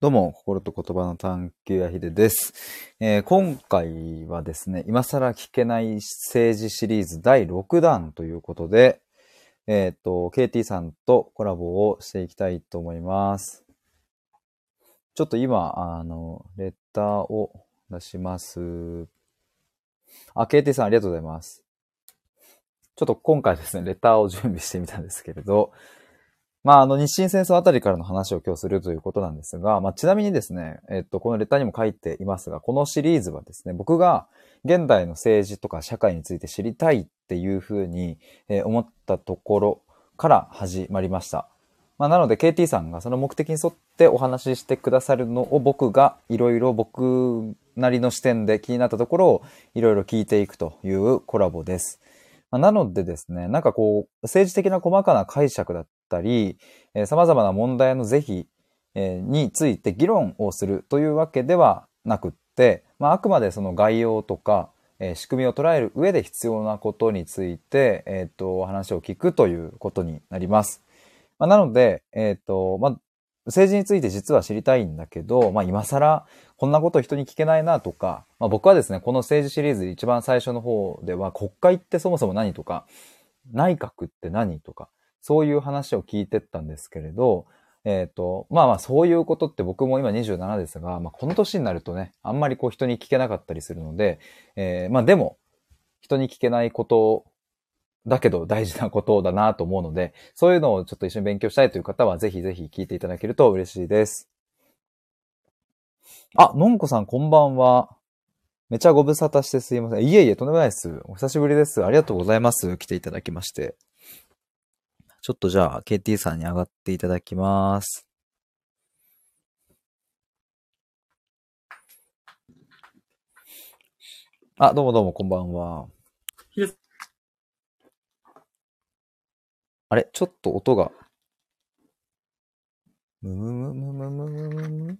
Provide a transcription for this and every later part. どうも、心と言葉の探求やひでです、えー今回はですね、今更聞けない政治シリーズ第6弾ということで、えっ、と、KT さんとコラボをしていきたいと思います。ちょっと今、あの、レターを出します。あ、KT さんありがとうございます。ちょっと今回ですね、レターを準備してみたんですけれど、まあ、あの、日清戦争あたりからの話を今日するということなんですが、まあ、ちなみにですね、えっと、このレターにも書いていますが、このシリーズはですね、僕が現代の政治とか社会について知りたいっていうふうに、えー思ったところから始まりました。まあ、なので KT さんがその目的に沿ってお話ししてくださるのを僕がいろいろ僕なりの視点で気になったところをいろいろ聞いていくというコラボです。まあなのでですね、なんかこう、政治的な細かな解釈だったり、えー様々な問題の是非、えーについて議論をするというわけではなくって、まあ、あくまでその概要とか、えー仕組みを捉える上で必要なことについて、えっ、と、お話を聞くということになります。まあ、なので、えっ、と、まあ、政治について実は知りたいんだけど、まあ、今更、こんなこと人に聞けないなとか、まあ、僕はですね、この政治シリーズ一番最初の方では、国会ってそもそも何とか、内閣って何とか、そういう話を聞いてったんですけれど、えっ、と、まあまあそういうことって僕も今27ですが、まあこの年になるとね、あんまりこう人に聞けなかったりするので、えーまあでも、人に聞けないことだけど大事なことだなと思うので、そういうのをちょっと一緒に勉強したいという方は、ぜひぜひ聞いていただけると嬉しいです。あ、のんこさんこんばんは。めちゃご無沙汰してすいません。いえいえ、とんでもないです。お久しぶりです。ありがとうございます。来ていただきまして。ちょっとじゃあ、KT さんに上がっていただきます。あ、どうもどうも、こんばんは。ヒデさんあれちょっと音が。むむむむむむむむむ。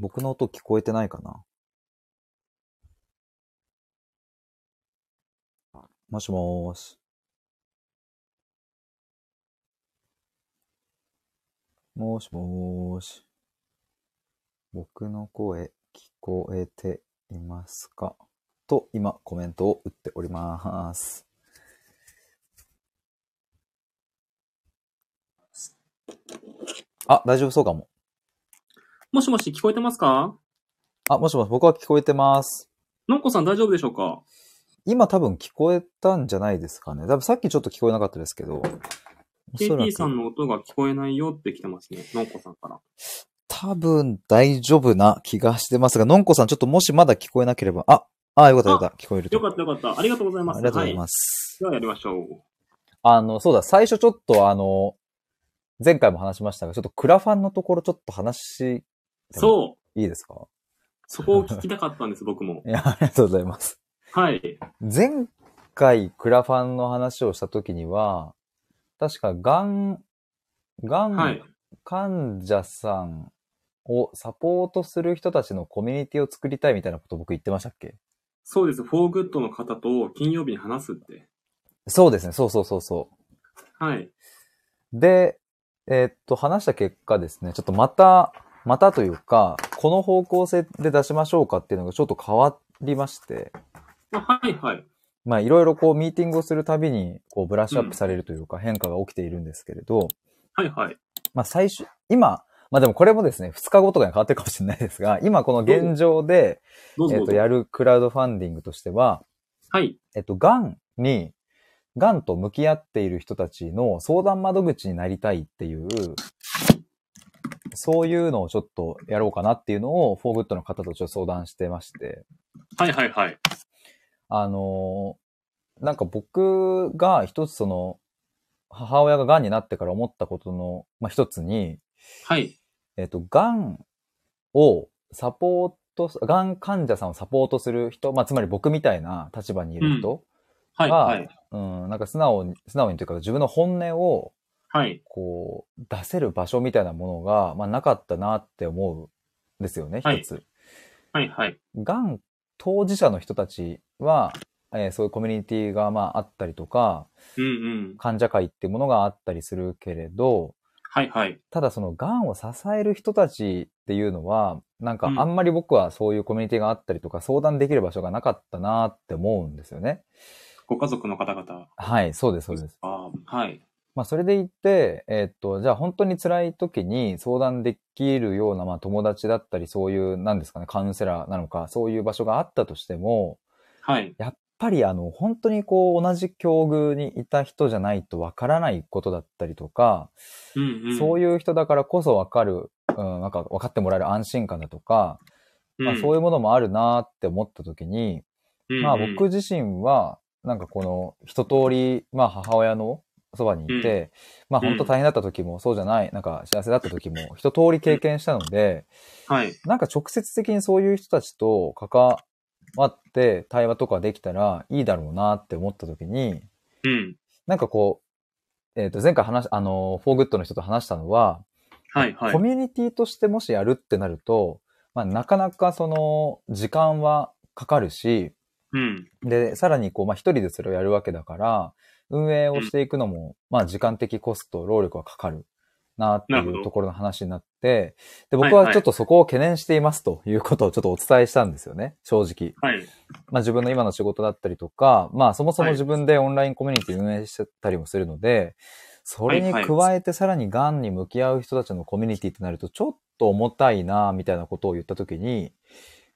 僕の音聞こえてないかなもしもーし。もしもーし。僕の声聞こえていますかと今コメントを打っております。あ、大丈夫そうかも。もしもし聞こえてますかあ、もしもし、僕は聞こえてます。のんこさん大丈夫でしょうか今多分聞こえたんじゃないですかね。多分さっきちょっと聞こえなかったですけど。おそら ?KT くさんの音が聞こえないよって来てますね。のんこさんから。多分大丈夫な気がしてますが、のんこさんちょっともしまだ聞こえなければ、あ、あ、よかったよかった、聞こえると。よかったよかった。ありがとうございます。ありがとうございはます。ではやりましょう。あの、そうだ、最初ちょっとあの、前回も話しましたが、ちょっとクラファンのところちょっと話し、う。そう。いいですかそこを聞きたかっ たんです、僕も。いや、ありがとうございます。はい。前回クラファンの話をしたときには、確かがん、がはいん。患者さんをサポートする人たちのコミュニティを作りたいみたいなこと僕言ってましたっけそうです。フォーグッドの方と金曜日に話すって。そうですね、そうそうそうそはい。う。で、えーっと、話した結果ですね、ちょっとまた、またというか、この方向性で出しましょうかっていうのがちょっと変わりまして、あはいはい。まあいろいろこうミーティングをするたびにこうブラッシュアップされるというか変化が起きているんですけれど、はいはい。まあ最初、今、まあでもこれもですね、2日後とかに変わってるかもしれないですが、今この現状で、どうぞえっ、どうぞと、やるクラウドファンディングとしては、はい。えっと、がんに、がんと向き合っている人たちの相談窓口になりたいっていう、そういうのをちょっとやろうかなっていうのを、フォーグッドの方とちょっと相談してまして、はいはいはい。あのーなんか僕が一つその、母親ががんになってから思ったことの、まあ、一つに、はい。えっ、と、がんをサポートす、がん患者さんをサポートする人、まあ、つまり僕みたいな立場にいる人、はいはい。うん、なんか素直に、素直にというか自分の本音を、はい。こう、出せる場所みたいなものが、まあ、なかったなって思うんですよね、はい一つ。はいはい。がん当事者の人たちは、えーそういうコミュニティがまああったりとか、うんうん。患者会っていうものがあったりするけれど、はいはい。ただその癌を支える人たちっていうのは、なんかうんあんまり僕はそういうコミュニティがあったりとか、相談できる場所がなかったなって思うんですよね。ご家族の方々。はい、そうです、そうです。あーはい。まあ、それで言って、えーっと、じゃあ本当に辛い時に相談できるような、まあ、友達だったり、そういう、なんですかね、カウンセラーなのか、そういう場所があったとしても、はい。やっぱり、あの、本当にこう、同じ境遇にいた人じゃないとわからないことだったりとか、うんうん。そういいう人だからこそわかる、うん、なんか分かってもらえる安心感だとか、うまあ、そういいうものもあるなって思った時に、うん、まあうんうん僕自身は、なんかこの一通り、まあ母親のそばにいて、まあ本当大変だった時も、そうじゃない、なんか幸せだった時も、一通り経験したので、はい。なんか直接的にそういう人たちと関わって対話とかできたらいいだろうなって思った時に、うん。なんかこう、えっ、と前回話し、あの、フォーグッドの人と話したのは、はいはいコ。ミュニティとしてもしやるってなると、まあなかなかその時間はかかるし、うん。で、さらにこう、まあ、一人でそれをやるわけだから、運営をしていくのも、まあ、時間的コスト、労力はかかるなってなるほいうどところの話になって、で、はい僕はちょっとそこを懸念していますということをちょっとお伝えしたんですよね、正直。はい。まあ、自分の今の仕事だったりとか、まあ、そもそもはい自分でオンラインコミュニティ運営してたりもするので、それにはいはい加えてさらに癌に向き合う人たちのコミュニティってなると、ちょっと重たいな、みたいなことを言ったときに、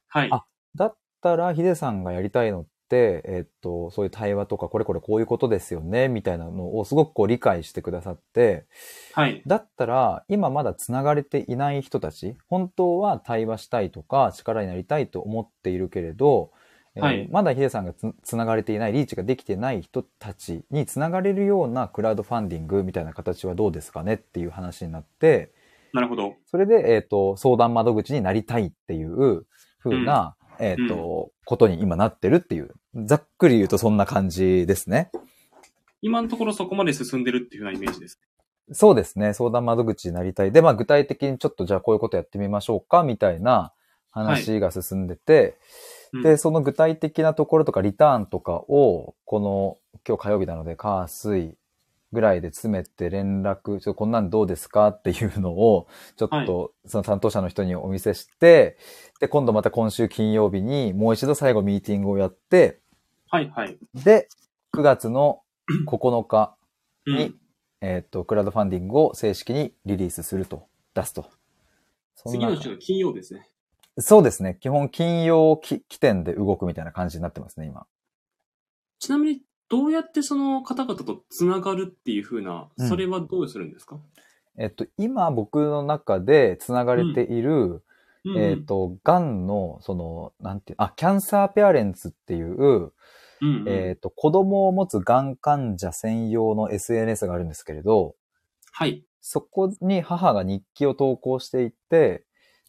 はい。あだったら、ヒデさんがやりたいのって、えっと、そういう対話とか、これこれこういうことですよね、みたいなのをすごくこう理解してくださって、はい。だったら、今まだ繋がれていない人たち、本当は対話したいとか、力になりたいと思っているけれど、えーはいまだヒデさんがつ繋がれていない、リーチができてない人たちに繋がれるようなクラウドファンディングみたいな形はどうですかねっていう話になって、なるほど。それで、えっ、と、相談窓口になりたいっていう風な、えっ、と、ことに今なってるっていう。ざっくり言うとそんな感じですね。今のところそこまで進んでるっていうようなイメージです。そうですね。相談窓口になりたい。で、まあ具体的にちょっとじゃあこういうことやってみましょうか、みたいな話が進んでて、うんで、その具体的なところとかリターンとかを、この、今日火曜日なので、火、水ぐらいで詰めて連絡、ちょっとこんなんどうですかっていうのを、ちょはっいとその担当者の人にお見せして、で、今度また今週金曜日にもう一度最後ミーティングをやって、はいはい。で、9月 の9日、うんにえーっと、クラウドファンディングを正式にリリースすると、出すと。そんな次の週の金曜日ですね。そうですね。基本金曜き起点で動くみたいな感じになってますね、今。ちなみに、どうやってその方々とつながるっていうふうな、うんそれはどうするんですか、えっと、今僕の中で繋がれている、うんえっ、と、がんの、その、なんていう、あ、キャンサーペアレンツっていう、うんうんえっと、子供を持つがん患者専用の SNS があるんですけれど、はい。そこに母が日記を投稿していて、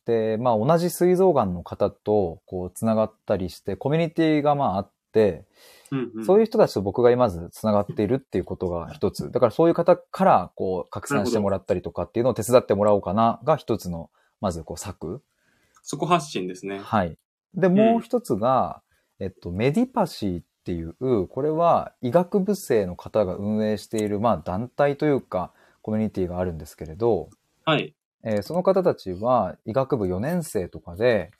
で、まあ同じ膵臓がんの方と、こう、繋がったりして、コミュニティがまああって、うんうん、そういう人たちと僕がまず繋がっているっていうことが一つ。だからそういう方からこう拡散してもらったりとかっていうのを手伝ってもらおうかなが一つの、まずこう策。そこ発信ですね。はい。で、もう一つが、えっと、メディパシーっていう、これは医学部生の方が運営している、まあ団体というか、コミュニティがあるんですけれど、はい。えーその方たちは医学部4年生とかで、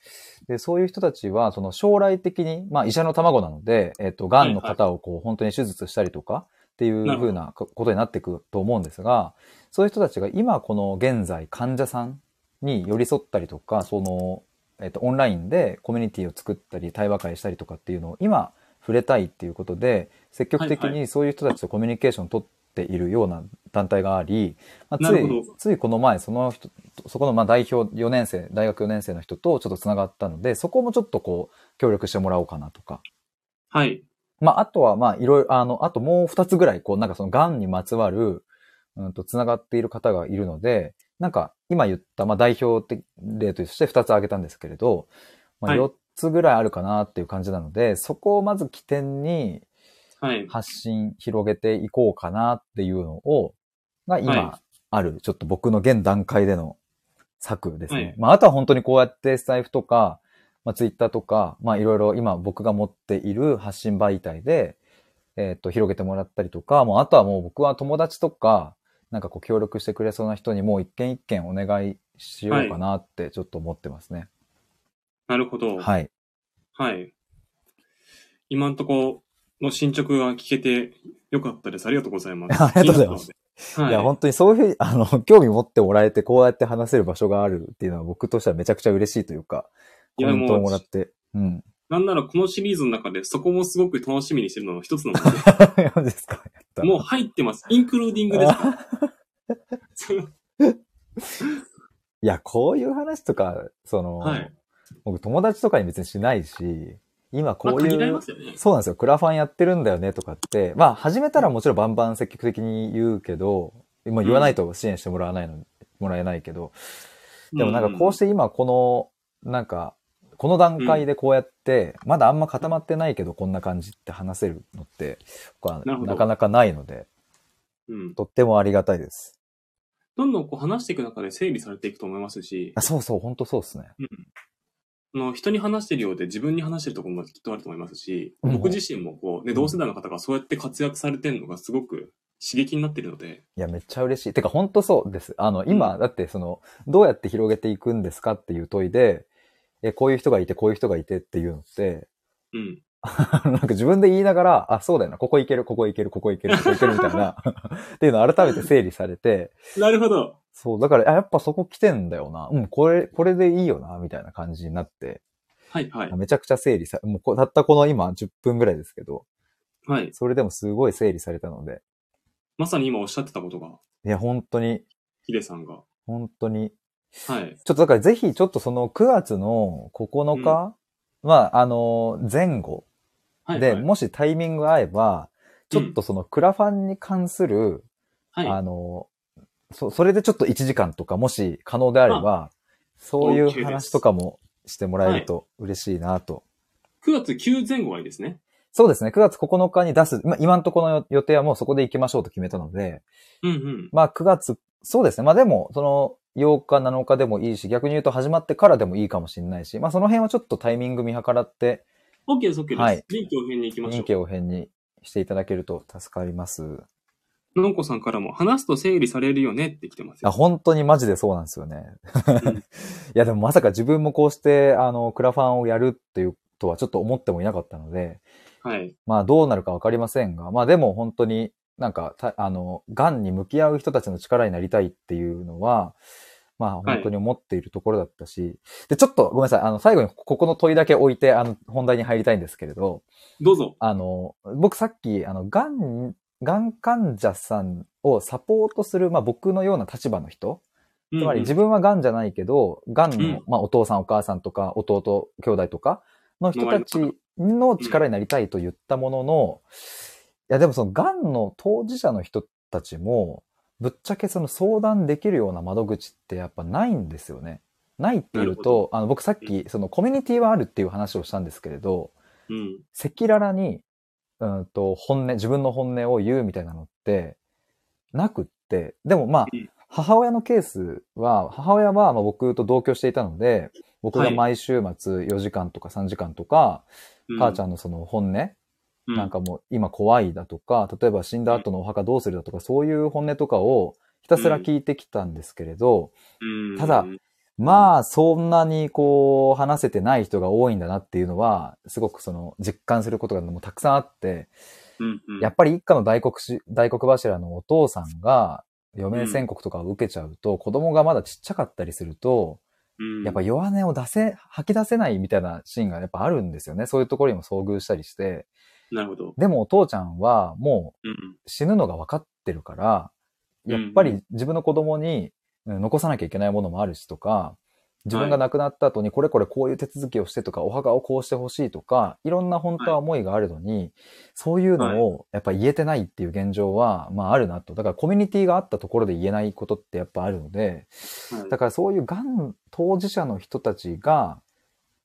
で、そういう人たちは、その将来的に、まあ医者の卵なので、えっ、と、癌の方をこう、本当に手術したりとか、っていうなるふほどうなこことになっていくと思うんですが、そういう人たちが今この現在患者さんに寄り添ったりとか、その、えっ、と、オンラインでコミュニティを作ったり、対話会したりとかっていうのを今触れたいっていうことで、積極的はいにそういう人たちとコミュニケーションを取っているような団体があり、まあ、なつるいほど、ついこの前、その人、そこのまあ代表4年生、大学4年生の人とちょっと繋がったので、そこもちょっとこう、協力してもらおうかなとか。はい。まあ、あとはまあ、いろいろ、あの、あともう2つぐらい、こう、なんかその、癌にまつわる、うんと、繋がっている方がいるので、なんか、今言った、まあ、代表的例として2つ挙げたんですけれど、まあ、はい4つぐらいあるかなっていう感じなので、そこをまず起点に、はい。発信広げていこうかなっていうのを、が今はある、ちょっと僕の現段階での策ですね。はいまあ、あとは本当にこうやってスタイフとか、まあ、ツイッターとか、まあ、いろいろ今僕が持っている発信媒体で、えっ、と、広げてもらったりとか、もうあとはもう僕は友達とか、なんかこう協力してくれそうな人にもう一件一件お願いしようかなってちょっと思ってますね。なるほど。はい。はい。今んとこの進捗が聞けてよかったです。ありがとうございます。 ありがとうございますす。はいい。や、本当にそういうふうに、あの、 興味持ってもらえて、こうやって話せる場所があるっていうのは、僕としてはめちゃくちゃ嬉しいというか、いコやメントをもらもっうて。うん。なんならこのシリーズの中でそこもすごく楽しみにしてるのの一つなので、何ですかやったもう入ってます。インクルーディングです。 いや、こういう話とか、その、はい僕友達とかに別にしないし、今こまあ、うい限られう、ますよね。そうなんですよ。クラファンやってるんだよねとかって、まあ、始めたらもちろんバンバン積極的に言うけど、まあ言わないと支援してもらわないの、もらえないけど、でもなんかこうして今この、なんか、この段階でこうやって、まだあんま固まってないけどこんな感じって話せるのって、僕はなるほどなかなかないので、うん、うん。とってもありがたいです。どんどんこう話していく中で整理されていくと思いますしあ、、そうそう、ほんとそうですね。あの人に話してるようで自分に話してるところもきっとあると思いますし、うん僕自身もこう、ね、同世代の方がそうやって活躍されてるのがすごく刺激になってるので、いや、めっちゃ嬉しい。てか、ほんとそうです。あの、今、だってその、どうやって広げていくんですかっていう問いで、え、こういう人がいて、こういう人がいてっていうのって、 うん。あのなんか自分で言いながら、あ、そうだよな、ここ行ける、ここ行ける、ここ行ける、ここ行けるみたいな、 っていうのを改めて整理されて、なるほど。そう、だから、あやっぱそこ来てんだよな。うん、これ、これでいいよな、みたいな感じになって、はいはい。めちゃくちゃ整理さ、もうこたったこの今10分ぐらいですけど、はい。それでもすごい整理されたので、まさに今おっしゃってたことが、いや、本当に、ヒデさんが。本当に、はちょっい。とだからぜひちょっとその9月の9日、まあ、あの、前後はい、で、はい。もしタイミング合えば、ちょっとそのクラファンに関する、はい。あの、そ、それでちょっと1時間とか、もし可能であれば、そうい OK でうす話とかもしてもらえると嬉しいなと。 9月9前後はいいですね。そうですね、9月9日に出す、まあ、今んとこの予定はもうそこで行きましょうと決めたので、うんうん。まあ9月、そうですね。まあでも、その8日、7日でもいいし、逆に言うと始まってからでもいいかもしれないし、まあその辺はちょっとタイミング見計らって、 OK です、OK です。はい臨機応変に行きましょ臨う。機応変にしていただけると助かります。のんこさんからも、話すと整理されるよねって来てますあ、よ。本当にマジでそうなんですよねう ん。いやでもまさか自分もこうして、あの、クラファンをやるっていうとはちょっと思ってもいなかったので、はい。まあどうなるかわかりませんが、まあでも本当になんかた、あの、癌に向き合う人たちの力になりたいっていうのは、まあ本当に思っているところだったし、で、ちょっとごめんなさい、あの、最後にここの問いだけ置いて、あの、本題に入りたいんですけれど、どうぞ。あの、僕さっき、あの、癌、癌患者さんをサポートする、まあ僕のような立場の人、つつまり自分は癌じゃないけど、癌の、うんまあ、お父さんお母さんとか、弟、兄弟とかの人たちの力になりたいと言ったものの、いやでもその癌の当事者の人たちも、ぶっちゃけその相談できるような窓口ってやっぱないんですよね。ないっていうなるほと、あの僕さっきそのコミュニティはあるっていう話をしたんですけれど、うん。赤裸々に、うんと、本音、自分の本音を言うみたいなのって、なくって、でもまあうん、母親のケースは、母親はまあ僕と同居していたので、僕がはい毎週末4時間とか3時間とか、う母ちゃん、んのその本音、うなん、かもう今怖いだとか、例えば死んだ後のお墓どうするだとか、そういう本音とかをひたすら聞いてきたんですけれど、うんただ、まあ、そんなにこう、話せてない人が多いんだなっていうのは、すごくその、実感することがもうたくさんあって、うんうん、やっぱり一家の大黒し、大黒柱のお父さんが、余命宣告とかを受けちゃうと、子供がまだちっちゃかったりすると、うんやっぱ弱音を出せ、吐き出せないみたいなシーンがやっぱあるんですよね。そういうところにも遭遇したりして。なるほど。でもお父ちゃんはもうんう死ぬのが分かってるから、やっぱり自分の子供にうん残さなきゃいけないものもあるしとか、自分が亡くなった後にこれこれこういう手続きをしてとか、お墓をこうしてほしいとか、いろんな本当は思いがあるのに、そういうのをやっぱ言えてないっていう現状は、まああるなと。だからコミュニティがあったところで言えないことってやっぱあるので、うんはいだからそういうがん当事者の人たちが、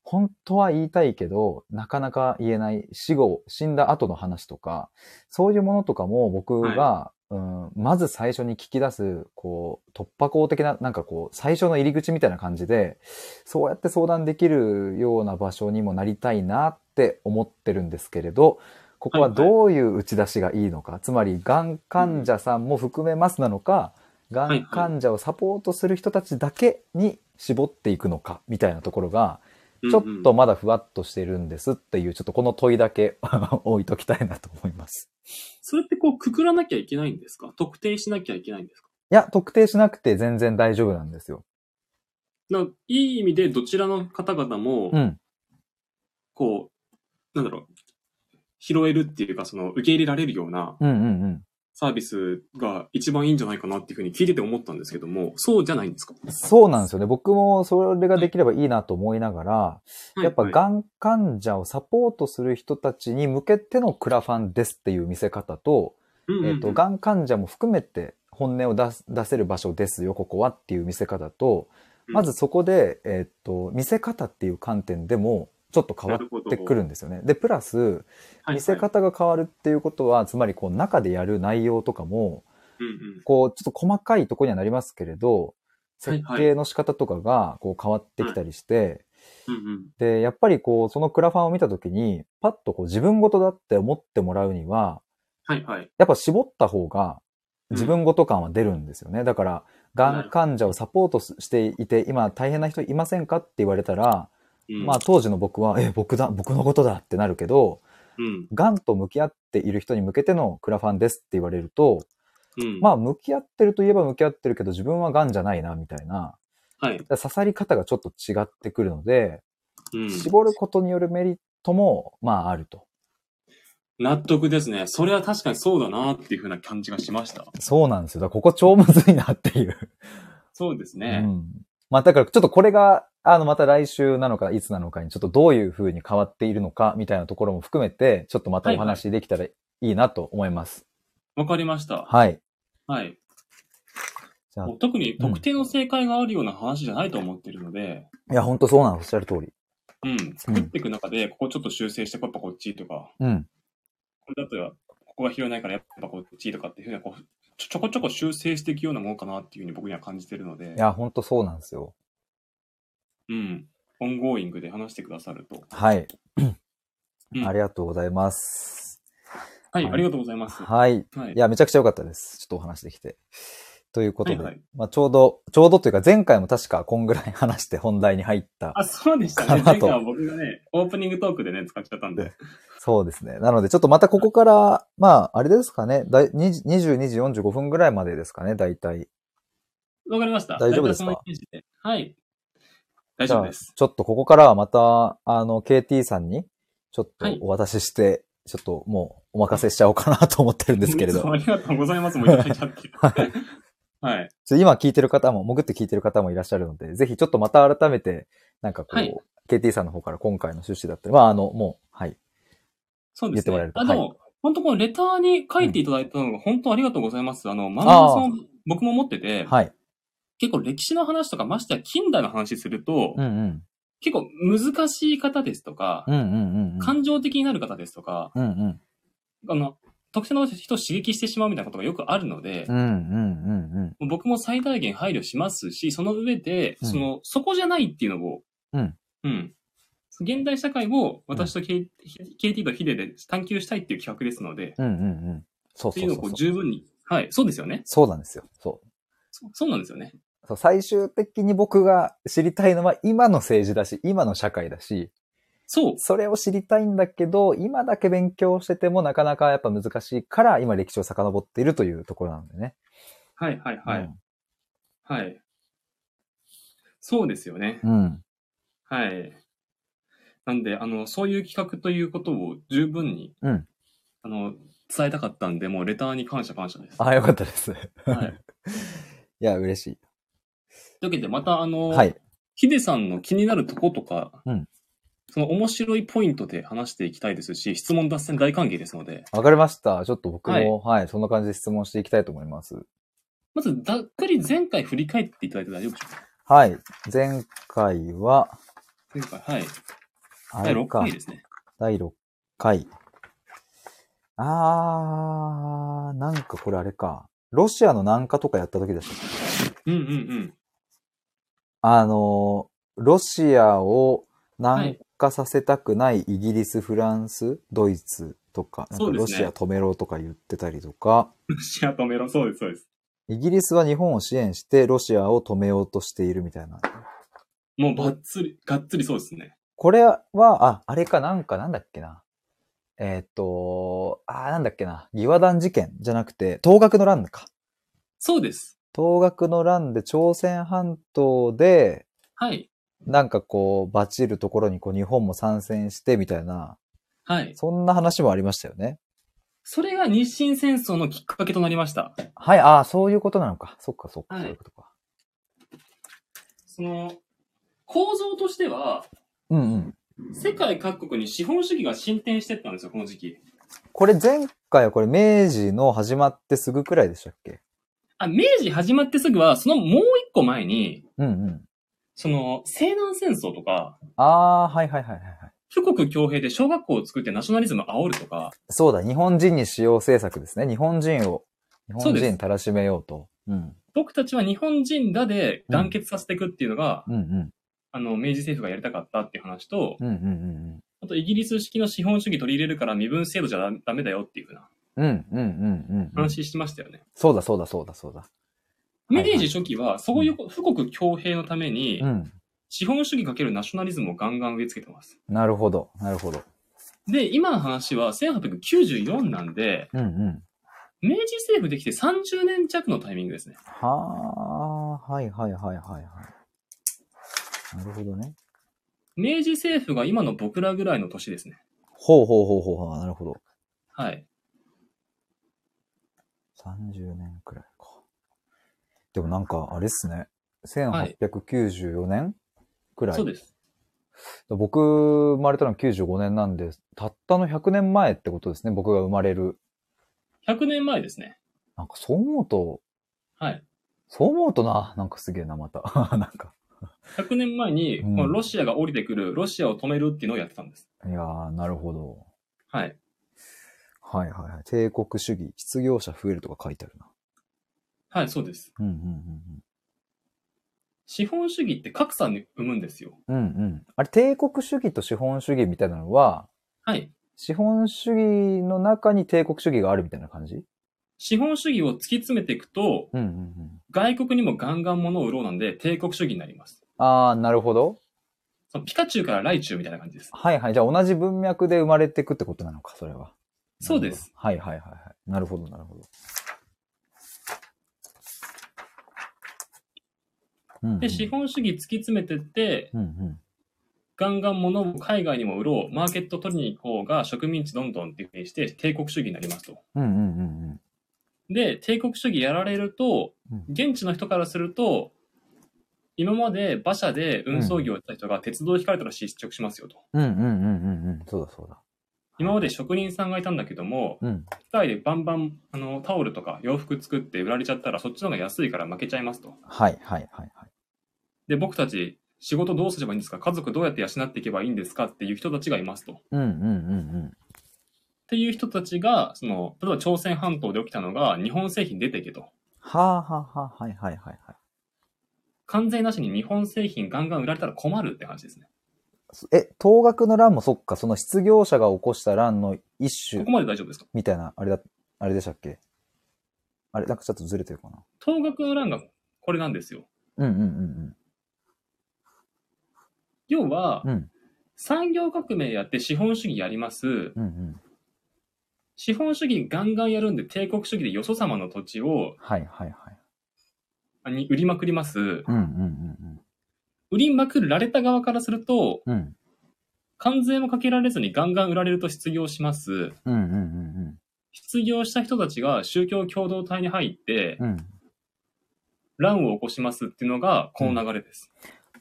本当は言いたいけど、なかなか言えない死後、死んだ後の話とか、そういうものとかも僕が、うん、まず最初に聞き出す、こう、突破口的な、なんかこう、最初の入り口みたいな感じで、そうやって相談できるような場所にもなりたいなって思ってるんですけれど、ここははいはいどういう打ち出しがいいのか、つまり、がん患者さんも含めますなのか、がはいん患者をサポートする人たちだけに絞っていくのか、みたいなところが、ちょっとまだふわっとしてるんですっていう、ちょっとこの問いだけ置いときたいなと思います。それってこう、くくらなきゃいけないんですか特定しなきゃいけないんですかいや、特定しなくて全然大丈夫なんですよ。なんかいい意味でどちらの方々も、うん。こう、なんだろう、拾えるっていうか、その、受け入れられるようなうんうんうん。サービスが一番いいんじゃないかなっていうふうに聞いてて思ったんですけども、そうじゃないんですかそうなんですよね。僕もそれができればいいなと思いながら、やっぱはいがん患者をサポートする人たちに向けてのクラファンですっていう見せ方と、うんうんうんえっと、がん患者も含めて本音を出す出せる場所ですよ、ここはっていう見せ方と、まずそこで、えっと、見せ方っていう観点でもちょっと変わってくるんですよね。で、プラス、はいはい見せ方が変わるっていうことは、つまりこう中でやる内容とかも、うんうんこう、ちょっと細かいとこにはなりますけれど、はい設計の仕方とかがこう変わってきたりして、うんうんで、やっぱりこう、そのクラファンを見たときに、パッとこう自分事だって思ってもらうには、はいはい。やっぱ絞った方が自分ごと感は出るんですよね。だから、がん患者をサポートすしていて、今大変な人いませんかって言われたら、うんまあ当時の僕は、え、僕だ、僕のことだってなるけど、うんがんと向き合っている人に向けてのクラファンですって言われると、うんまあ、向き合ってるといえば向き合ってるけど、自分は癌じゃないな、みたいな。はい。刺さり方がちょっと違ってくるので、うん絞ることによるメリットも、まあ、あると。納得ですね。それは確かにそうだなっていうふうな感じがしました。そうなんですよ。だからここ超むずいなっていう。そうですうね。ん。まあ、だからちょっとこれが、あの、また来週なのか、いつなのかに、ちょっとどういう風に変わっているのか、みたいなところも含めて、ちょっとまたお話できたらいいなと思います。わかりました。はい。はい。じゃあもう特に特定の正解があるような話じゃないと思ってるので、いや、ほんとそうなの、おっしゃる通り。うん。作っていく中で、ここちょっと修正して、やっぱこっちとか、うん。これだとや、ここが拾えないから、やっぱこっちとかっていうふうな、こう、ちょちょこちょこ修正していくようなものかなっていうふうに僕には感じてるのでい、や、ほんとそうなんですよ。うん。オンゴーイングで話してくださると。はい。うんありがとうございます。はい、はいありがとうございます。ははい。い。いや、めちゃくちゃ良かったです。ちょっとお話できて。ということで、はいはいまあ、ちょうど、ちょうどというか、前回も確かこんぐらい話して本題に入った。あ、そうでしたね。かな前と回は僕がね、オープニングトークでね、使っちゃったんで。そうですね。なので、ちょっとまたここから、まあ、あれですかね。だい20 22時45分ぐらいまでですかね、大体。わかりました。大丈夫ですか大体そのイメージではい。大じゃ丈あ夫です。ちょっとここからはまた、あの、KT さんに、ちょっとはいお渡しして、ちょっともうお任せしちゃおうかなと思ってるんですけれど。 いつ もありがとうございます。もういただいちゃって。 はい。ちょ今聞いてる方も、潜って聞いてる方もいらっしゃるので、ぜひちょっとまた改めて、なんかこう、はい KT さんの方から今回の趣旨だったり、まああの、もう、はい。そう言でってすもらえねる。とあ、でも、本当このレターに書いていただいたのが本当ありがとうございます。あの、漫画さあん僕も持ってて、はい。結構歴史の話とか、ましてや近代の話すると、うんうん。結構難しい方ですとかう、んうんうんうん。感情的になる方ですとか、うんうん。あの、特定の人を刺激してしまうみたいなことがよくあるのでうんう、んうん僕も最大限配慮しますし、その上で、うんその、そこじゃないっていうのを、うん。うん。現代社会を私と K- KT とヒデで探求したいっていう企画ですので、うん。うんうんうん。そうってそいううそうのをそこうう十分に、はい、そうですよね。そうなんですよ。そそそうなんですよね。う。そう最終的に僕が知りたいのは今の政治だし、今の社会だし、そう。それを知りたいんだけど、今だけ勉強しててもなかなかやっぱ難しいから、今歴史を遡っているというところなんでね。はいはいはい。うんはい。そうですよね。うん。はい。なんで、あの、そういう企画ということを十分に、うんあの、伝えたかったんで、もうレターに感謝感謝です。ああ、よかったです。はい。 いや、嬉しい。というわけで、また、あの、はい。ヒデさんの気になるとことか、うんその面白いポイントで話していきたいですし、質問脱線大歓迎ですので、わかりました。ちょっと僕も、はい、そんな感じで質問していきたいと思います。まずざっくり前回振り返っていただいて大丈夫でしょうかはい。前回は、前回、はい。あ第れ6か回、ですね。第6回。あー、なんかこれあれか。ロシアの南下とかやった時でしたっけうんうんうん。あのー、ロシアを南下させたくないイギリス、フランス、ドイツとか、なんそかうでロすシねア止めろとか言ってたりとか、 ロシア止めろ、そうです、そうです。イギリスは日本を支援してロシアを止めようとしているみたいな。もうばっつり、がっつりそうですね。これは、あ、あれかなんかなんだっけな。えーっと、あーなんだっけな。義和団事件じゃなくて、東学の乱か。そうです。東学の乱で朝鮮半島で、はい。なんかこう、バチるところにこう日本も参戦してみたいな、はい。そんな話もありましたよね。それが日清戦争のきっかけとなりました。はい、ああ、そういうことなのか。そっかそっか、はいそういうことか。その、構造としては、うんうん。世界各国に資本主義が進展してったんですよ、この時期。これ前回はこれ明治の始まってすぐくらいでしたっけあ、明治始まってすぐは、そのもう一個前に、うんうん。その、西南戦争とか、ああー、はいはいはいはいはい。富国強兵で小学校を作ってナショナリズムを煽るとか、そうだ、日本人に使用政策ですね。日本人を、日そ本うで人すたらしめようと。うん。僕たちは日本人だで団結させていくっていうのが、うんうん。あの、明治政府がやりたかったっていう話と、うんうんあとイギリス式の資本主義取り入れるから身分制度じゃダメだよっていうふうなうんうん。うんうんうんうん。話してましたよね。そうだそうだそうだそうだ。明治初期は、そういうこ富国強兵のためにう、ん。資本主義かけるナショナリズムをガンガン植え付けてます。なるほど、なるほど。で、今の話は1894なんで、うんうん。明治政府できて30年弱のタイミングですね。はあ、はいはいはいはいはい。なるほどね。明治政府が今の僕らぐらいの年ですね。ほうほうほうほうほう、なるほど。はい。 30年くらいか。でもなんか、あれっすね。はい1894年くらい。そうです。僕、生まれたの95年なんで、たったの100年前ってことですね。僕が生まれる。 100年前ですね。なんか、そう思うと、はい。そう思うとな、なんかすげえな、また。 なんか。 100年前に、うんこのロシアが降りてくる、ロシアを止めるっていうのをやってたんです。いやー、なるほど。はい。はいはいはい。帝国主義、失業者増えるとか書いてあるな。はい、そうです。うん資本主義って格差に生むんですよ。うんうんうん。うんうん。あれ、帝国主義と資本主義みたいなのは、はい。資本主義の中に帝国主義があるみたいな感じ資本主義を突き詰めていくと、うんうんうん。外国にもガンガン物を売ろうなんで、帝国主義になります。あー、なるほど。そのピカチュウからライチュウみたいな感じです。はいはい。じゃあ同じ文脈で生まれてくってことなのか、それは。そうです。なるほど。はいはいはいはい。なるほど、なるほど。うんうんで、資本主義突き詰めてって、うんうん。ガンガン物を海外にも売ろう、マーケット取りに行こうが植民地どんどんっていうふうにして、帝国主義になりますと。うんうんうんうん。で、帝国主義やられるとうん、現地の人からすると、今まで馬車で運送業をやった人が鉄道を引かれたら失職しますよと。うんうんうんうんうん。そうだそうだ。今まで職人さんがいたんだけども、うん。機械でバンバンあのタオルとか洋服作って売られちゃったらそっちの方が安いから負けちゃいますと。はいはいはいはい。で、僕たち仕事どうすればいいんですか家族どうやって養っていけばいいんですかっていう人たちがいますと。っうんうんうんていう人たちが、その、例えば朝鮮半島で起きたのが日本製品出ていけと。はあはあはあ、はいはいはいはい。関税なしに日本製品ガンガン売られたら困るって話ですね。え、当学の乱もそっか、その失業者が起こした乱の一種ここまで大丈夫ですかみたいな、あれだ、あれでしたっけあれ、なんかちょっとずれてるかな。東学の乱がこれなんですよ。うんうんうん要はうん。う、ん産業革命やって資本主義やります。うんうん。資本主義ガンガンやるんで帝国主義でよそ様の土地をはいはいはい。に売りまくります。うんうんうん売りまくられた側からすると、うん。うん関税もかけられずにガンガン売られると失業します。うんうんうん失業した人たちが宗教共同体に入ってうん。、うん。乱を起こしますっていうのがこの流れです。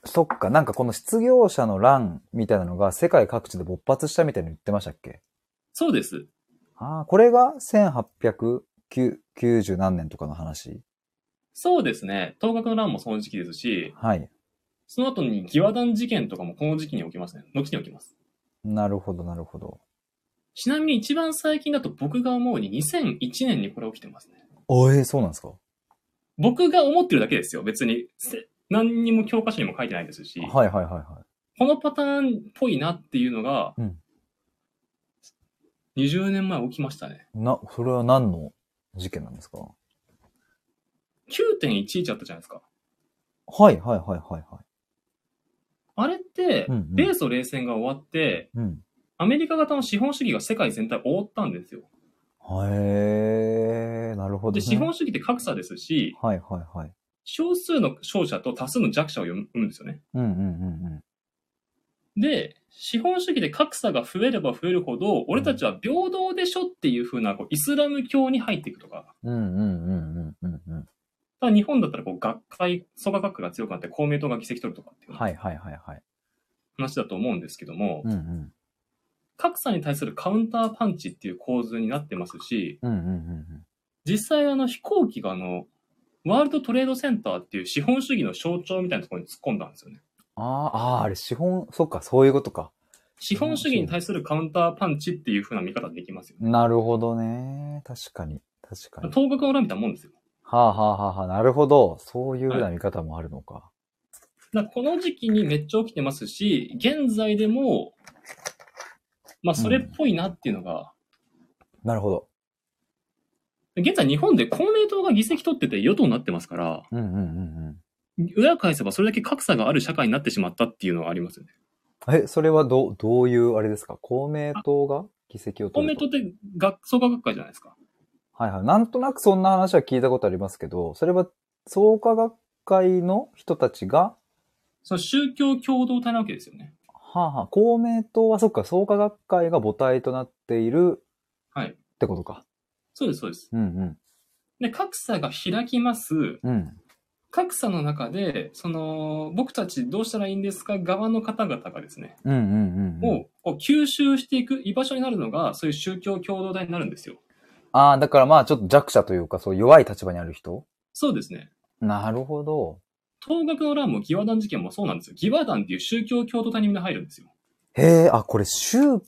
そっか、なんかこの失業者の乱みたいなのが世界各地で勃発したみたいに言ってましたっけそうです。ああ、これが1890何年とかの話そうですね。東学の乱もその時期ですし、はい。その後に義和団事件とかもこの時期に起きますね。後に起きます。なるほど、なるほど。ちなみに一番最近だと僕が思うに2001年にこれ起きてますね。おえーそうなんですか僕が思ってるだけですよ。別に、せ何にも教科書にも書いてないですし、はいはいはいはこのパターンっぽいなっていうのが、うん20年前起きましたね。い。な、それは何の事件なんですか9.11あったじゃないですか。はいはいはいはいはあれってうんうん、米ソ冷戦が終わって、い。うん。アメリカ型の資本主義が世界全体を覆ったんですよ。へえー、なるほど、で、ね。資本主義って格差ですし、はいはいはい。少数の勝者と多数の弱者を生むんですよね。うんうんうんで、資本主義で格差が増えれば増えるほど、俺たちは平等でしょっていう風な、こう、イスラム教に入っていくとか、うん。うんうんうんうんうんうん。ただ日本だったら、こう、学会、蘇我学会が強くなって公明党が議席取るとかっていうはいはいはいはい。話だと思うんですけども、うんうん。格差に対するカウンターパンチっていう構図になってますし、うんうんうん実際あの飛行機があの、ワールドトレードセンターっていう資本主義の象徴みたいなところに突っ込んだんですようね。ん。あーあー、あれ資本、そっか、そういうことか。資本主義に対するカウンターパンチっていう風な見方できますよね。なるほどね。確かに。確かに。東国の裏みたいなもんですよ。はあはあはあはあ、なるほど。そういうふうな見方もあるのか。だからこの時期にめっちゃ起きてますし、現在でも、まあそれっぽいなっていうのが、なるほど。現在日本で公明党が議席取ってて与党になってますから、うんうんうん裏返せばそれだけ格差がある社会になってしまったっていうのはありますよね。うん。え、それはど、どういうあれですか公明党が議席を公取明ると党って学創価学会じゃないですか。はいはい。なんとなくそんな話は聞いたことありますけど、それは創価学会の人たちが、その宗教共同体なわけですよね。はあはあ、公明党はそっか、創価学会が母体となっているはいってことか。そうです、そうです。うんで、格差が開きます。うん。うん。格差の中で、その、僕たちどうしたらいいんですか側の方々がですね、うんうんうんうん。をこう吸収していく居場所になるのが、そういう宗教共同体になるんですよ。ああ、だからまあちょっと弱者というか、そう弱い立場にある人そうですね。なるほど。東学の乱も義和団事件もそうなんですよ。義和団っていう宗教共同体にみんな入るんですよ。へえ、あ、これ宗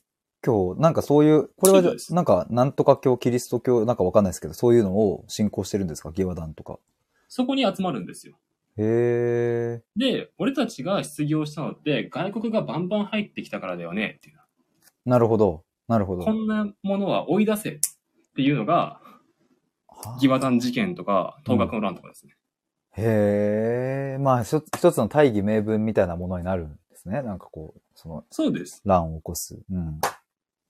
教、なんかそういう、これはじゃそうですなんか、なんとか教、キリスト教、なんかわかんないですけど、そういうのを信仰してるんですか義和団とか。そこに集まるんですよ。へえ、で、俺たちが失業したのって、外国がバンバン入ってきたからだよね、っていう。なるほど。なるほど。こんなものは追い出せっていうのが、はあ義和団事件とか、東学の乱とかですね。へえ、まあ、一つ一つの大義名分みたいなものになるんですね。なんかこう、その、そうです。乱を起こす。うん。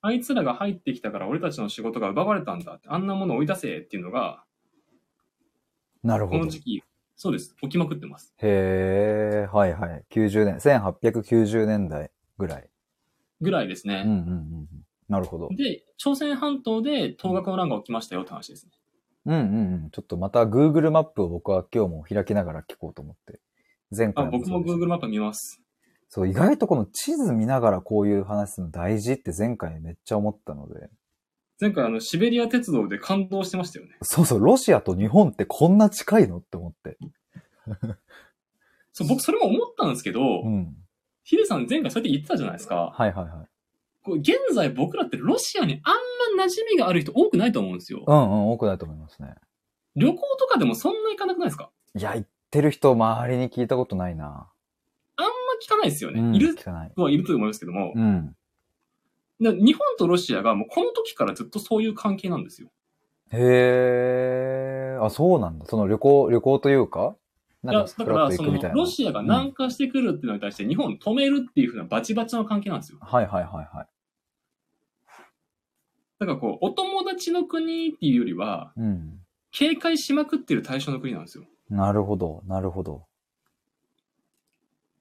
あいつらが入ってきたから俺たちの仕事が奪われたんだって、あんなもの追い出せっていうのが、なるこほのど。時期、そうです。起きまくってます。へえ、はいはい。90年、1890年代ぐらい。ぐらいですうんうんね。うんうん。なるほど。で、朝鮮半島で東学の乱が起きましたよって話ですね。うんうんうん。ちょっとまた Google マップを僕は今日も開きながら聞こうと思って。前あ、回僕そうもです Google マップ見ます。そう、意外とこの地図見ながらこういう話するの大事って前回めっちゃ思ったので。前回あの、シベリア鉄道で感動してましたよね。そうそう、ロシアと日本ってこんな近いのって思って。そう、僕それも思ったんですけど、うん。ヒデさん前回そうやって言ってたじゃないですか。はいはいはい。こう現在僕らってロシアにあんま馴染みがある人多くないと思うんですよ。うんうん、多くないと思いますね。旅行とかでもそんな行かなくないですかいや、行ってる人周りに聞いたことないな。あんま聞かないですよね。うん、いる聞かない。人はいると思いますけどもう、ん。で日本とロシアがもうこの時からずっとそういう関係なんですよ。へー。あ、そうなんだ。その旅行、旅行というかだなんかか、フら、だかラッらと行そくのみたいな。ロシアが南下してくるっていうのに対して日本を止めるっていうふうなバチバチの関係なんですよ。はいはいはいはい。だからこう、お友達の国っていうよりは、うん。警戒しまくってる対象の国なんですよ。なるほど、なるほど。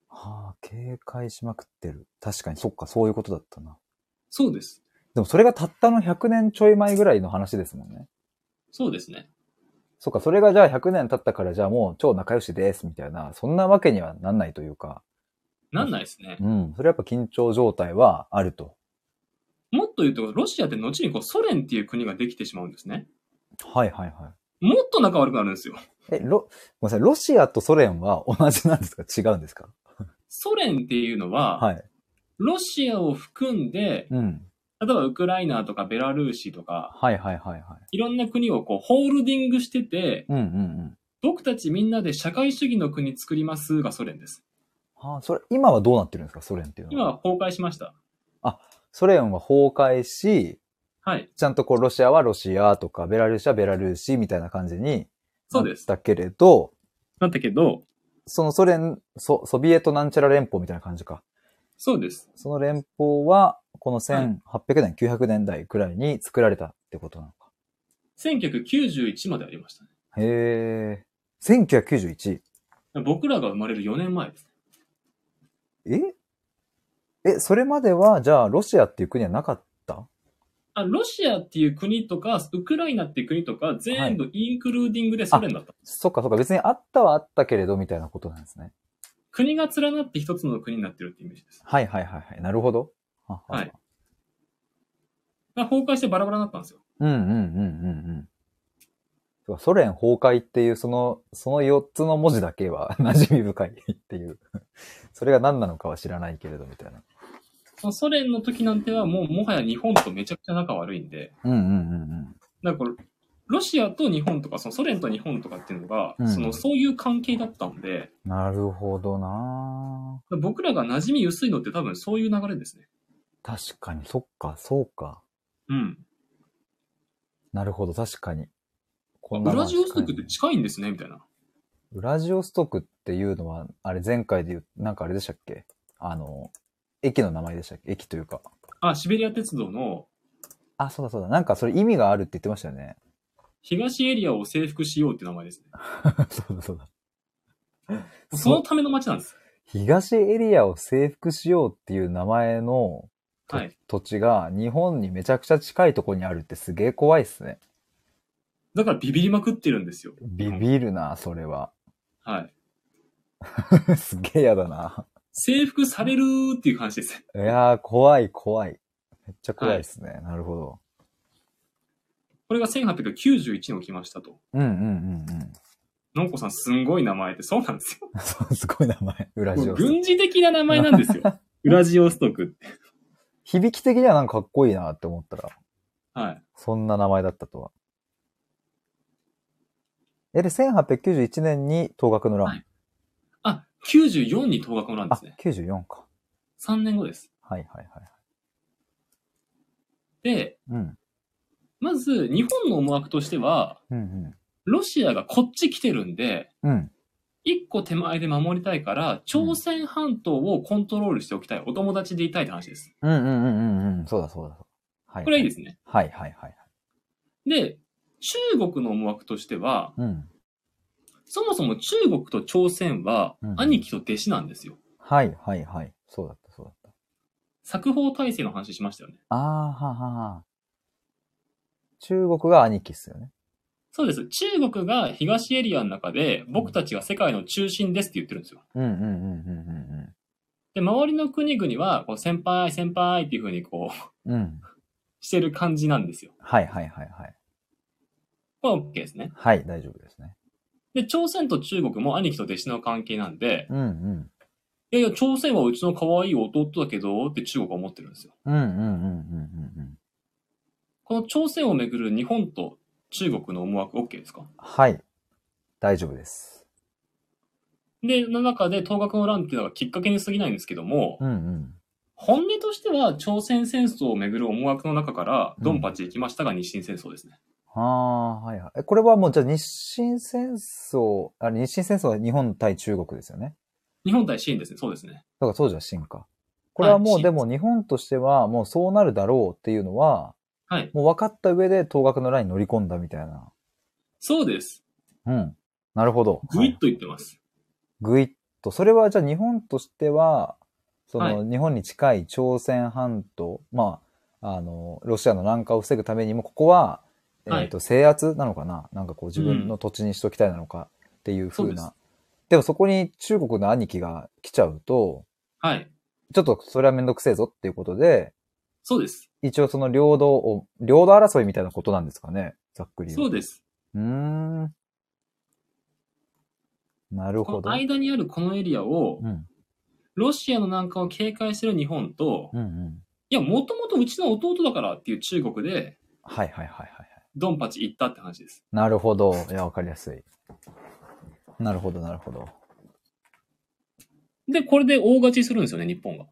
はあ、警戒しまくってる。確かに、そっか、そういうことだったな。そうです。でもそれがたったの100年ちょい前ぐらいの話ですもんね。そうですね。そっか、それがじゃあ100年経ったからじゃあもう超仲良しです、みたいな、そんなわけにはなんないというか。なんないですね。うん。それはやっぱ緊張状態はあると。もっと言うと、ロシアって後にこうソ連っていう国ができてしまうんですね。はいはいはもっと仲悪くなるんですよ。い。え、ロ、ごめんなさい、ロシアとソ連は同じなんですか違うんですかソ連っていうのは、はい。ロシアを含んでうん。例えばウクライナとかベラルーシとか、はいはいはいはい。いろんな国をこう、ホールディングしてて、うんうんうん。僕たちみんなで社会主義の国作りますがソ連です。はあ、それ、今はどうなってるんですか、ソ連っていうの今は。は崩壊しました。ソ連は崩壊し、はい。ちゃんとこう、ロシアはロシアとか、ベラルーシはベラルーシみたいな感じにそうです。だけれど、なったけど、そのソ連、ソ、ソビエトなんちゃら連邦みたいな感じか。そうです。その連邦は、この1800年、900年代くらいに作られたってことなのか。 1991までありましたね。へえ。1991。僕らが生まれる4年前です。ええ、それまでは、じゃあ、ロシアっていう国はなかったあロシアっていう国とか、ウクライナっていう国とか、全部インクルーディングでソ連だった。そっかそっか、別にあったはあったけれど、みたいなことなんですね。国が連なって一つの国になってるってイメージです。はいはいはいはい。なるほど。はははい。だから崩壊してバラバラになったんですよ。うんうんうんうんうん。そうかソ連崩壊っていう、その、その4つの文字だけは 馴染み深いっていう。それが何なのかは知らないけれど、みたいな。そのソ連の時なんてはもうもはや日本とめちゃくちゃ仲悪いんで、うんうんうんだからこれロシアと日本とか、そのソ連と日本とかっていうのが、うんそのそういう関係だったんで、うん。なるほどな僕らが馴染み薄いのって多分そういう流れですね。確かに、そっか、そうか。うん。なるほど、確かに。こんなウのラはジ近いオストクって近いんですね、みたいな。ウラジオストクっていうのは、あれ前回で言う、なんかあれでしたっけあの、駅の名前でしたっけ駅というか。あ、シベリア鉄道のあ、そうだそうだ。なんかそれ意味があるって言ってましたよね。 東エリアを征服しようって名前ですね。そうだそうだ。そのための街なんです。東エリアを征服しようっていう名前のとはい。土地が日本にめちゃくちゃ近いところにあるってすげえ怖いっすね。だからビビりまくってるんですよ。ビビるな、それは。 はい。すげえ嫌だな。征服されるっていう話です。いやー、怖い怖い。めっちゃ怖いっすね。なるほど。これが1891に起きましたと。うんうんうん うん。のんこさんすんごい名前ってそうなんですよ。そう、すごい名前。ウラジもうオストク。軍事的な名前なんですよ。 ウラジオストクって。響き的にはなんかかっこいいなって思ったら、はい。そんな名前だったとは。え、で、1891年に東学の乱。はいあ、94に東学なんであすね、。 94か。 3年後です。はいはいはい。で、うん。まず日本の思惑としては、うんロシアがこっち来てるんで、うん。うん。一個手前で守りたいから、朝鮮半島をコントロールしておきたい。お友達でいたいって話です。うんうんうんうんうん。そうだそうだ。はい。。これはいいですすね。はいはいはい。で、中国の思惑としては、うん。そもそも中国と朝鮮はうん兄貴と弟子なんですよ。はいはいはい。そうだったそうだっ作法体制の話しましたよね。た。あーはあはあはあ。中国が兄貴っすよね。そうです。中国が東エリアの中で僕たちが世界の中心ですって言ってるんですよ。うんうんうんうんで、周りの国々は、こう、先輩、先輩っていう風にこうう、んうん。うん。してる感じなんですよ。はいはいはいはい。これは OK ですね。はい、大丈夫ですね。で、朝鮮と中国も兄貴と弟子の関係なんで、うんうん。いやいや、朝鮮はうちの可愛い弟だけど、って中国は思ってるんですよ。うんうんうんうんうんうん。この朝鮮をめぐる日本と中国の思惑 OK ですかはい。大丈夫です。で、の中で東学の乱っていうのがきっかけに過ぎないんですけども、うんうん。本音としては朝鮮戦争をめぐる思惑の中から、ドンパチ行きましたが日清戦争ですね。ああ、はいはい。えこれはもうじゃあ日清戦争、あれ日清戦争は日本対中国ですよね。日本対シーンですね。そうですね。だから当時は進化。これはもはういでも日本としてはもうそうなるだろうっていうのは、はい。もう分かった上で東学のラインに乗り込んだみたいな。そうです。うん。なるほど。ぐいっと言ってます。ぐいっと。それはじゃあ日本としては、そはの日本に近い朝鮮半島、まあ、あの、ロシアの南下を防ぐためにも、ここは、えっ、はいと、制圧なのかななんかこう自分の土地にしときたいなのかっていうふうそうでな。すでもそこに中国の兄貴が来ちゃうと、はい。ちょっとそれはめんどくせえぞっていうことで、そうです。一応その領土を、領土争いみたいなことなんですかねざっくり言そううです。うーん。なるほこど。の間にあるこのエリアをう、ん。ロシアの南下を警戒してる日本とう、んうん。いや、もともとうちの弟だからっていう中国で、はいはいはいはいはい。ドンパチ行ったって話です。なるほど。いや、わかりやすい。なるほど、なるほど。で、これで大勝ちするんですよね、日本が。い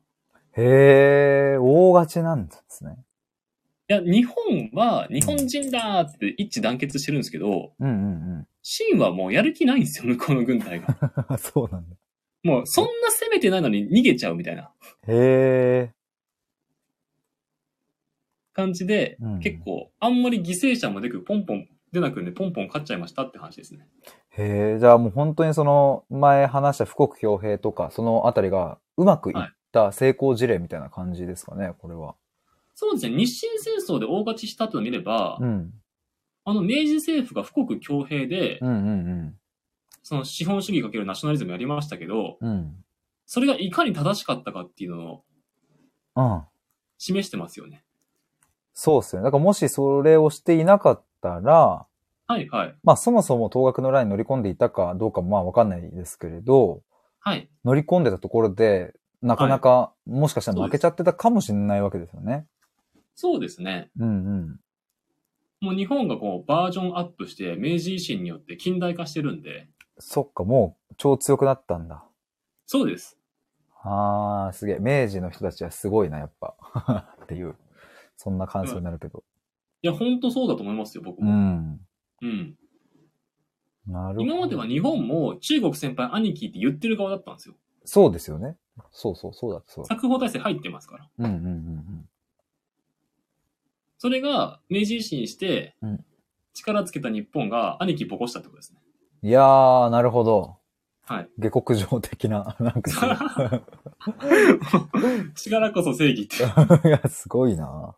へえ、大勝ちなんですね。や、日本は日本人だーって一致団結してるんですけど、うんうんシンはもうやる気ないんですよ、向こうの軍隊 が。うん。そうなんだ。もうそんな攻めてないのに逃げちゃうみたいなへえ、感じで、うん結構あんまり犠牲者も出なく、ポンポン出なくね、ポンポン勝っちゃいましたって話ですね。へえ、じゃあもう本当にその前話した富国強兵とか、そのあたりがうまくいった成功事例みたいな感じですかね、これは。そうですね、日清戦争で大勝ちしたと見れば、うん。あの明治政府が富国強兵で、うんうんその資本主義かけるナショナリズムやりましたけど、うん。うん。それがいかに正しかったかっていうのをうん。示してますよね。そうっすよね。だからもしそれをしていなかったら、はいはい。まあそもそも東学のラインに乗り込んでいたかどうかもまあわかんないですけれど、はい。乗り込んでたところで、なかなか、もしかしたら負けちゃってたかもしれないわけですよね。そうですね。うんうん。もう日本がこうバージョンアップして明治維新によって近代化してるんで、そっか、もう超強くなったんだ。そうです。あー、すげえ。明治の人たちはすごいな、やっぱ。 っていう、そんな感想になるけど。いや、ほんとそうだと思いますよ、僕うも。ん。うん。なるほど。今までは日本も中国先輩兄貴って言ってる側だったんですよ。そうですよね。そうそう、そうだ、そうだ。作法体制入ってますから。うんうんうんそれが明治維新してうん、力つけた日本が兄貴ぼこしたってことですね。うん。いやー、なるほど。はい。下克上的な、 なんか。 力こそ正義って。いや、すごいな。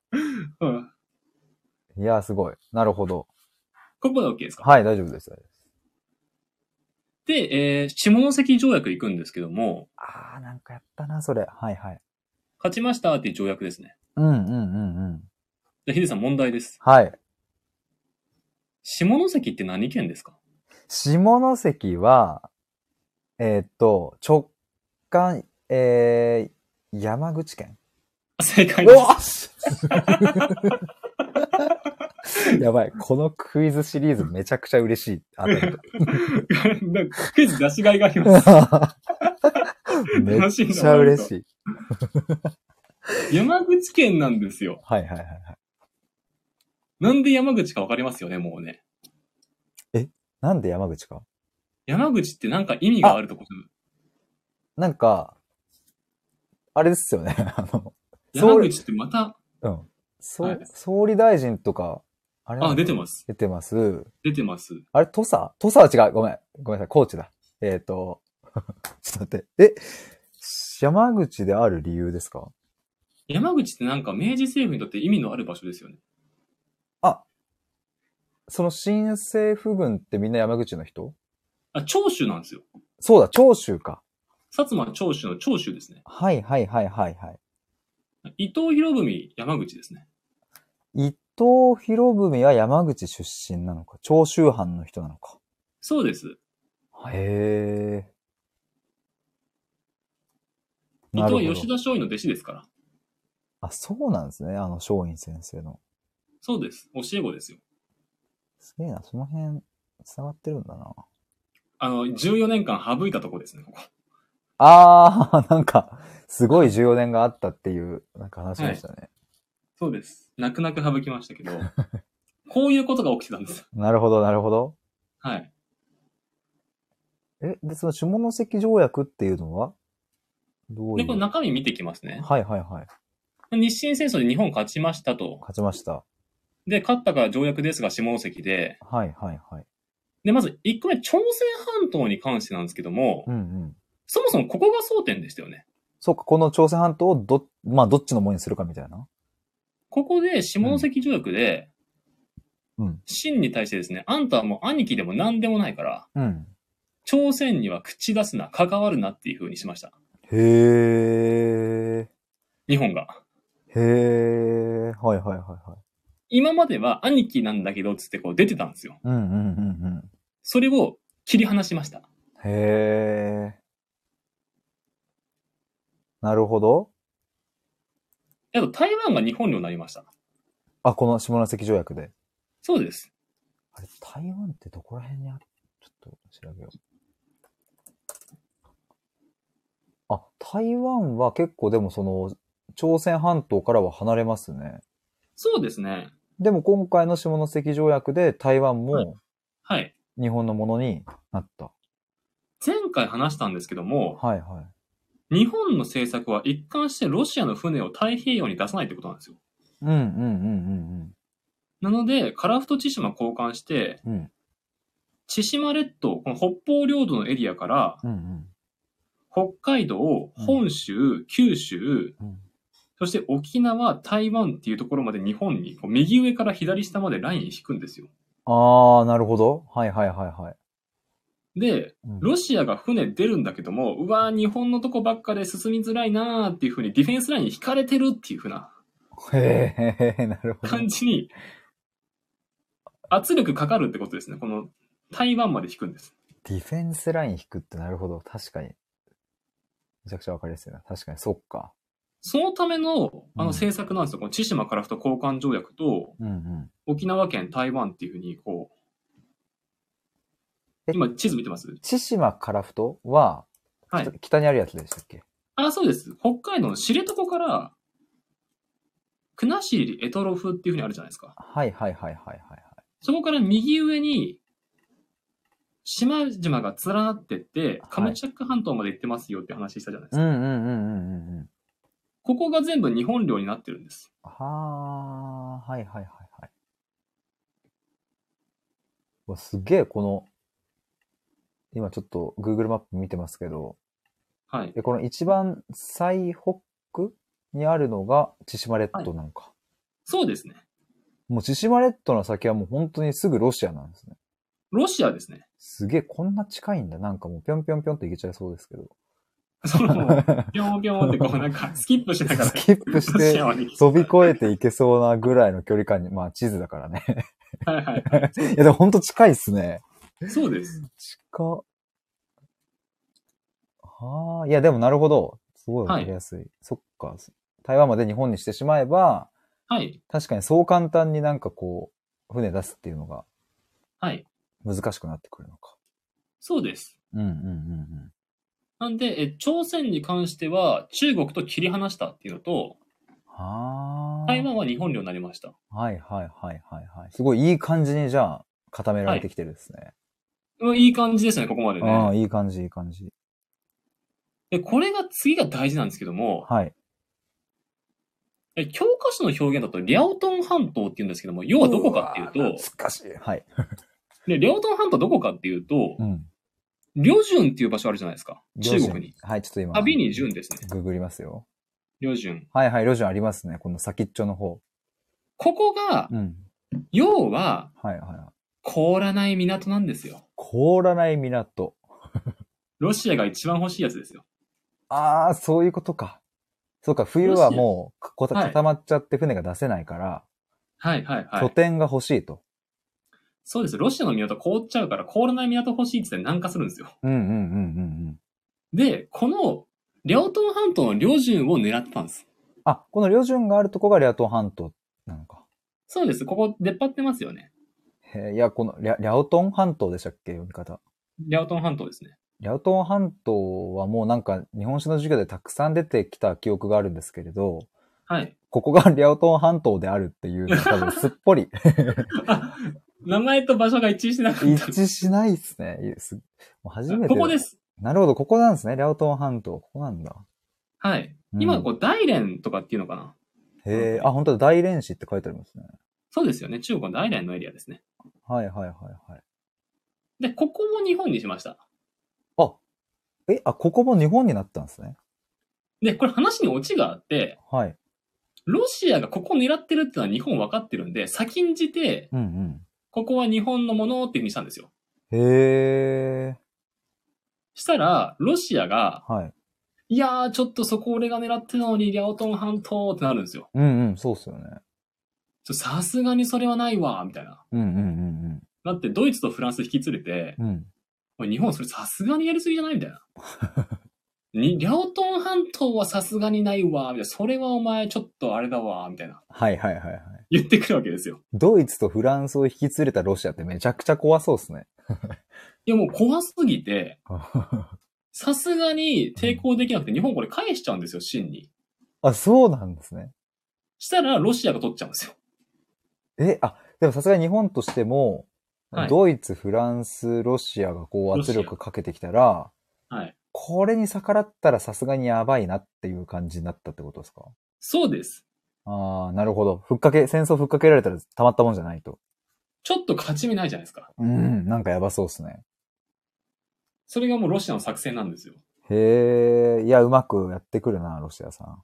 うんいやー、すごい。なるほど。ここで OK ですかはい、大丈夫です。大丈夫ですで、えー下関条約行くんですけども、あー、なんかやったな、それ。はいはい。勝ちましたっていう条約ですね。うんうんうんうん。じゃあヒデさん問題です。はい。下関って何県ですか 下関は、えーっと、直感、えー、山口県。あ正解でおっし やばい。このクイズシリーズめちゃくちゃ嬉しい。あのす。 なんかクイズ出しがいがあ ります。めっちゃ嬉しい。山口県なんですよ。はいはいはいはい。なんで山口かわかりますよね、もうね。なんで山口か山口ってなんか意味があるとこなんか、あれですよね。 あの、山総理、口ってまた、うん。総はい総理大臣とか、あれあ、出てます。ます。出てます。出てます。あれ、土佐土佐は違う。ごめん。ごめんなさい。高知だ。えっ、ー、と、 ちょっと待って。え、山口である理由ですか山口ってなんか明治政府にとって意味のある場所ですよね。その新政府軍ってみんな山口の人あ、長州なんですよ。そうだ、長州か。薩摩長州の長州ですね。はいはいはいはいはい。伊藤博文山口ですね。伊藤博文は山口出身なのか。長州藩の人なのか。そうです。へえ。伊なるほ藤ど吉田松陰の弟子ですから。あ、そうなんですね。あの、松陰先生の。そうです。教え子ですよ。すげえな、その辺、繋がってるんだな。あの、14年間省いたとこですね、ここ。あー、なん か、すごい14年があったっていう、なんか話でしたね。そうです。泣く泣く省きまし たけど、こういうことが起きてたんです。なるほど、なるほど。はい。え、で、その下関条約っていうのはどういで、うこれ中身見ていきますね。はいはいはい。日清戦争で日本勝ちましたと。勝ちました。で、勝ったから条約ですが下関で。はいはいはい。で、まず1個目、朝鮮半島に関してなんですけども、うんうん。そもそもここが争点でしたよね。そっか、この朝鮮半島をど、まあ、どっちのものにするかみたいな。ここで下関条約で、うん。秦に対してですね、あんたはもう兄貴でも何でもないから、うん。朝鮮には口出すな、関わるなっていう風にしました。へー。日本が。へー。はいはいはいはい。今までは兄貴なんだけど、つってこう出てたんですよ。うんうんうんそれを切り離しました。うん。へー。なるほど。あと台湾が日本領になりました。あ、この下関条約で。そうです。あれ、台湾ってどこら辺にあるちょっと調べよう。あ、台湾は結構でもその、朝鮮半島からは離れますね。そうですね。でも今回の下関条約で台湾はいもはい。日本のものになった。前回話したんですけども、はいはい。日本の政策は一貫してロシアの船を太平洋に出さないってことなんですよ。うんうんうんなので、カラフト千島交換して、うんうん。うん千島列島、この北方領土のエリアから、うんうん。北海道、うん本州、九州、うんそして沖縄、台湾っていうところまで日本に、こう右上から左下までライン引くんですよ。あー、なるほど。はいはいはいはい。で、うんロシアが船出るんだけども、うわー日本のとこばっかで進みづらいなーっていう風に、ディフェンスラインに引かれてるっていう風な へえ、なるほど。感じに、圧力かかるってことですね。この台湾まで引くんです。ディフェンスライン引くってなるほど。確かに。めちゃくちゃわかりやすいな。確かに、そっか。そのための、うあんの政策なんですよ。この千島カラフト交換条約と、うんうん。沖縄県、台湾っていう風に、こうえ、今地図見てます千島カラフトは、はい北北にあるやつでしたっけあ、そうです。北海道の知床から、国後エトロフっていう風にあるじゃないですか。はいはいはいはいはいはい。そこから右上に、島々が連なってって、カムチャック半島まで行ってますよって話したじゃないですうか。んうんうんうんうんうん。ここが全部日本領になってるんです。はあ、はいはいはいはい。うわすげえ、この、今ちょっと Google マップ見てますけど、はい。でこの一番最北にあるのが千島列島なんか。そうですね。もう千島列島の先はもう本当にすぐロシアなんですね。ロシアですね。すげえ、こんな近いんだ。なんかもうぴょんぴょんぴょんっていけちゃいそうですけど。その、ぴょんぴょんってこうなんかスキップしながらス、キップしロシてアまで行き飛び越えていけそうなぐらいの距離感に、まあ地図だからね。 はいはいや、でも本当近いっすね。い。そうです。近っ。はあ、いや、でもなるほど。すごいわかりやすい。そっか。台湾まで日本にしてしまえば、はい。確かにそう簡単になんかこう、船出すっていうのがはい。難しくなってくるのか。そうです。うんうんうんなんで、え朝鮮に関しては中国と切り離したっていうのと、うん。はあ。台湾は日本領になりました。はいはいはいはいはい。すごいいい感じにじゃあ固められてきてるですね。うんいい感じですね、ここまでああ、ね。いい感じいい感じ。で、これが次が大事なんですけども、はい。え教科書の表現だと、リャオトン半島って言うんですけども、要はどこかっていうわあと、懐かしい。はい。で、リャオトン半島どこかっていうとう、ん。旅順っていう場所あるじゃないですか。中旅国順に。。はい、ちょっと今。旅に順ですね。ググりますよ。旅順。はいはい、路順ありますね。この先っちょの方。ここがう、ん。要は、はいはい。凍らない港なんですよ。凍らない港。ロシアが一番欲しいやつですよ。ああ、そういうことか。そうか、冬はもうこたはい固まっちゃって船が出せないから、はいはいは拠い。点が欲しいと。そうです。ロシアの港凍っちゃうから、凍らない港欲しいって言って南下するんですよ。うんうんうんうんうん。で、この、リャオトン半島の旅順を狙ってたんです。あ、この旅順があるとこがリャト半島なのか。そうです。ここ出っ張ってますよね。へーいや、このリャ、リャオトン半島でしたっけ読み方。リャオトン半島ですね。リャオトン半島はもうなんか日本史の授業でたくさん出てきた記憶があるんですけれど、はい。ここがリャオトン半島であるっていうのは多分すっぽ り名前と場所が一致してなかった。一致しないですね。いやすもう初めて。。ここですす。なるほど、ここなんですね。リャオトン半島、ここなんだ。はい。うん今、こう、大連とかっていうのかなへえ、あ、本当だ、大連市って書いてありますね。そうですよね。中国の大連のエリアですね。はいはいはいはい。で、ここも日本にしました。え、あ、ここも日本になったんですね。で、これ話にオチがあって、はい。ロシアがここを狙ってるってのは日本分かってるんで、先んじて、うんここは日本のものっていうふうにしたんですよ。うん。へえ、したら、ロシアが、はい。いやー、ちょっとそこ俺が狙ってたのに、リャオトン半島ってなるんですよ。うんうん、そうっすよね。ちょさすがにそれはないわ、みたいな。うんうんうんだって、ドイツとフランス引き連れて、うん。うん。 おい日本それさすがにやりすぎじゃないみたいな。に、両トン半島はさすがにないわ、みたいな、それはお前ちょっとあれだわ、みたいな、はいはいはいはい。言ってくるわけですよ。ドイツとフランスを引き連れたロシアってめちゃくちゃ怖そうですね。 いやもう怖すぎて、さすがに抵抗できなくて日本これ返しちゃうんですよ、真に。あ、そうなんですね。したらロシアが取っちゃうんですよ。え、あ、でもさすがに日本としても、はいドイツ、フランス、ロシアがこうロシ圧ア力かけてきたら、はい。これに逆らったらさすがにやばいなっていう感じになったってことですかそうです。ああ、なるほど。ふっかけ、戦争ふっかけられたらたまったもんじゃないと。ちょっと勝ち目ないじゃないですか。うん、なんかやばそうですね。それがもうロシアの作戦なんですよ。へえ、いや、うまくやってくるな、ロシアさん。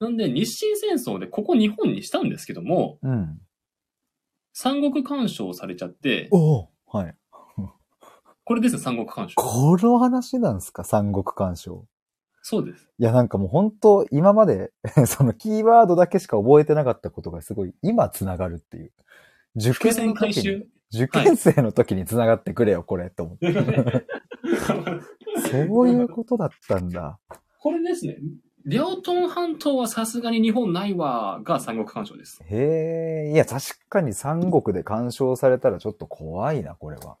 なんで日清戦争でここ日本にしたんですけども、うん。三国干渉されちゃって、おおはい。これですよ、三国干渉。この話なんですか三国干渉。そうです。いや、なんかもう本当、今まで、 そのキーワードだけしか覚えてなかったことがすごい、今繋がるっていう。受伏験線の回時に、収。受験生の時に繋がってくれよ、これ、と思って。そういうことだったんだ。これですね。両トン半島はさすがに日本ないわが三国干渉です。へえ、いや、確かに三国で干渉されたらちょっと怖いな、これは。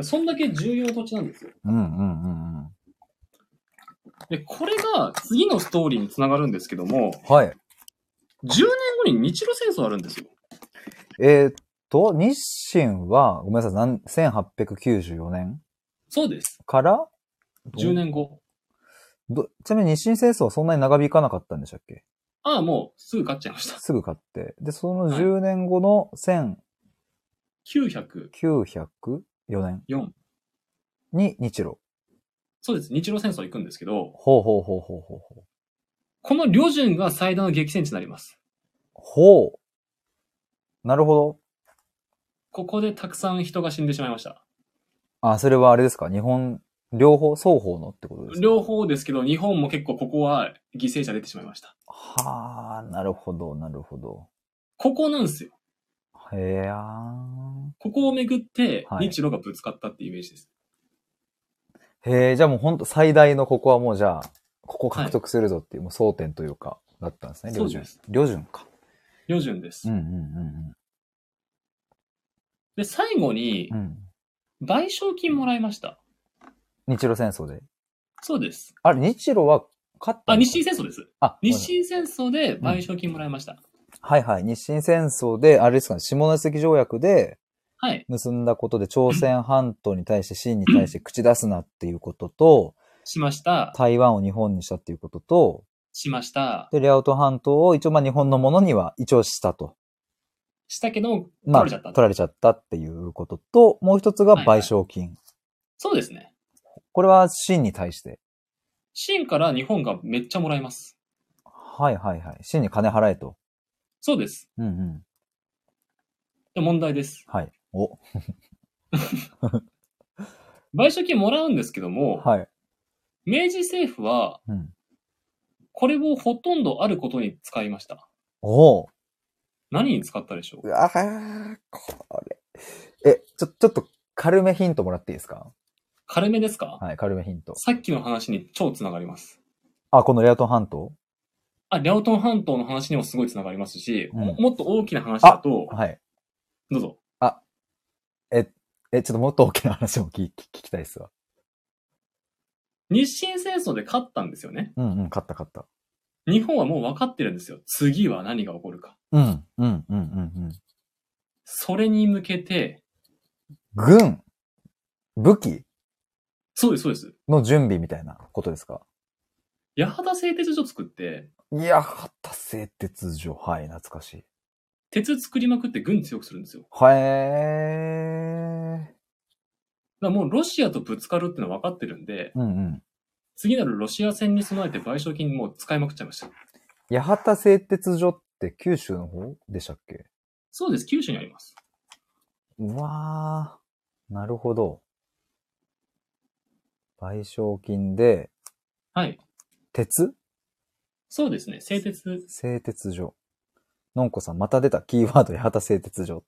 そんだけ重要土地なんですよ。うんうんうんうん。で、これが次のストーリーにつながるんですけども、はい。 10年後に日露戦争あるんですよ。えーっと、日清は、ごめんなさいなん、1894年そうです。から10年後。どちなみに日清戦争はそんなに長引かなかったんでしたっけああ、もうすぐ勝っちゃいました。すぐ買って。で、そのはい10年後の904。 1904年に日露。そうです。日露戦争行くんですけど、ほうほうほうほうほうほう。この旅順が最大の激戦地になります。ほう。なるほど。ここでたくさん人が死んでしまいました。あ、それはあれですか日本、両方、双方のってことですか両。方ですけど、日本も結構ここは犠牲者出てしまいました。はあ、なるほど、なるほど。ここなんですよ。へえ。あここをめぐっては、い日露がぶつかったっていうイメージです。ーへえ、じゃあもうほんと最大のここはもうじゃあ、ここ獲得するぞっていう、もう争点というか、だったんですね。そ両うで順す。両順か。旅順です。うんうんうんで、最後にうん。う、ん。賠償金もらいました。日露戦争で。そうです。あれ、日露は勝ったのかあ、日清戦争です。あ、日清戦争で賠償金もらいました。はいはい。日清戦争で、あれですかね、下関条約ではい。結んだことで、朝鮮半島に対して、清に対して口出すなっていうことと、しました。台湾を日本にしたっていうことと、しました。で、レアウト半島を一応まあ日本のものには一応したと。したけど、取まあ、られ取ちゃった。られちゃったっていうことと、もう一つが賠償金。そうですね。これは清に対して。清から日本がめっちゃもらいます。はいはいはい。清に金払えと。そうです。うんうん。で問題です。はい。お。賠償金もらうんですけども、はい。明治政府は、うん。これをほとんどあることに使いました。おお。何に使ったでしょううわーこれ。え、ちょ、ちょっと軽めヒントもらっていいですか軽めですか、はい、軽めヒント。さっきの話に超つながります。あ、このレアトン半島あ、リャオトン半島の話にもすごいつながりますし、うんももっと大きな話だと、はい。どうぞ。え、ちょっともっと大きな話も聞聞聞きたいっすわ。日清戦争で勝ったんですよね。うんうん、勝った勝った。日本はもう分かってるんですよ。次は何が起こるか。うん、うん、うん、うん、うん。それに向けて、軍、武器そうです、そうです。の準備みたいなことですか八幡製鉄所作って、いや、八田製鉄所。はい、懐かしい。鉄作りまくって軍強くするんですよ。だかはえらもうロシアとぶつかるってのは分かってるんで、ー。うん次なるロシア戦に備えて賠償金もう使いまくっちゃいました。うん。八幡製鉄所って九州の方でしたっけそうです、九州にあります。うわー。なるほど。賠償金で、はい。鉄そうですね、製鉄。 製鉄所。のんこさん、また出たキーワード、八幡製鉄所。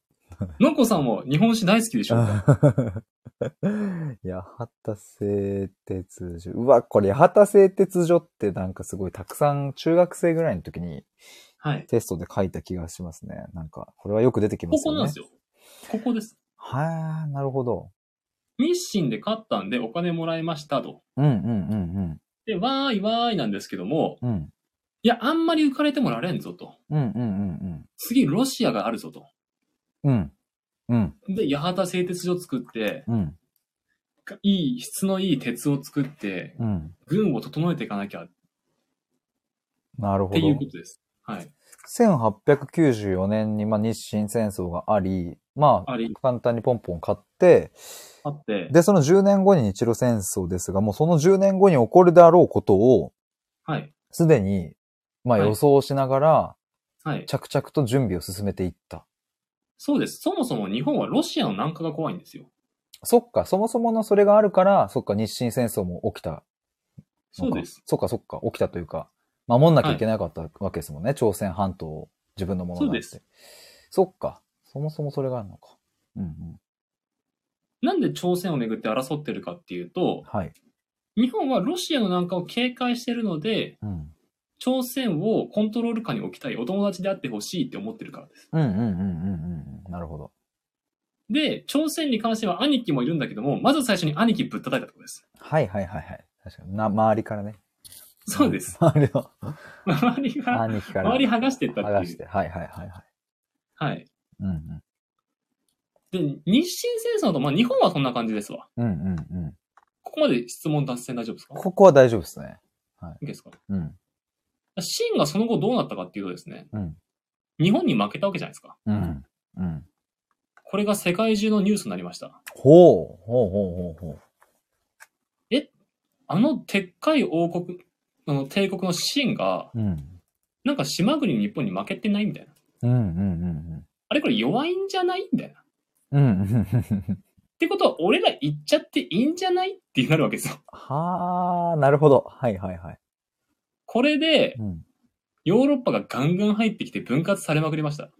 のっこさんも日本史大好きでしょうか八幡製鉄所。うわ、これ八幡製鉄所ってなんかすごいたくさん中学生ぐらいの時にはい。テストで書いた気がしますね。なんか、これはよく出てきまこすよこね。なんですよ。ここです。はあ、なるほど。日清で勝ったんでお金もらいましたと。うんうんうんで、わーいわーいなんですけども、うん。うん。いや、あんまり浮かれてもられんぞと。うんうんうん次、ロシアがあるぞと。うん。うん。うん。で、八幡製鉄所作って、うん。いい、質のいい鉄を作って、うん。軍を整えていかなきゃっなるほていうどこ。とです。はい。 1894年に、まあ、日清戦争があり、まあ、あり簡単にポンポン買って、あって、で、その10年後に日露戦争ですが、もうその10年後に起こるであろうことを、はい。すでに、まあはい予想しながら、はい。着々と準備を進めていった。そうです。そもそも日本はロシアの南下が怖いんですよ。そっか、そもそものそれがあるから、そっか、日清戦争も起きたのそうかです。。そっか、そっか、起きたというか、守んなきゃいけなかったわけですもんね、朝鮮半島を自分のものになって。そうそっか、そもそもそれがあるのか。うんうん。なんで朝鮮をめぐって争ってるかっていうと、はい。日本はロシアの南下を警戒してるので、うん。朝鮮をコントロール下に置きたい、お友達であってほしいって思ってるからです。うんうんうんうんうん。なるほど。で、朝鮮に関しては兄貴もいるんだけども、まず最初に兄貴ぶったたいたところです。はいはいはいはい。確かに。な、周りからね。そうです。。周りの、周りが、兄貴から。 周り剥がしてった剥がっしていて。う。はいはいはいはい。はい。うんうん。で、日清戦争と、まあ日本はそんな感じですわ。うんうんうん。ここまで質問達成大丈夫ですかいここは大丈夫ですね。いですかうん。清がその後どうなったかっていうとですね、うん。日本に負けたわけじゃないですか。うん。うん。これが世界中のニュースになりました。ほう。ほうほうほうほう。あの、でっかい王国、あの帝国の清が、うん。なんか島国の日本に負けてないみたいうな。んうんあれこれ弱いんじゃないみたいな。っうんうん。うんうんうん。てことは、俺ら行っちゃっていいんじゃないってなるわけですよ。はあ、なるほど。はいはいはい。これで、うん。ヨーロッパがガンガン入ってきて分割されまくりました。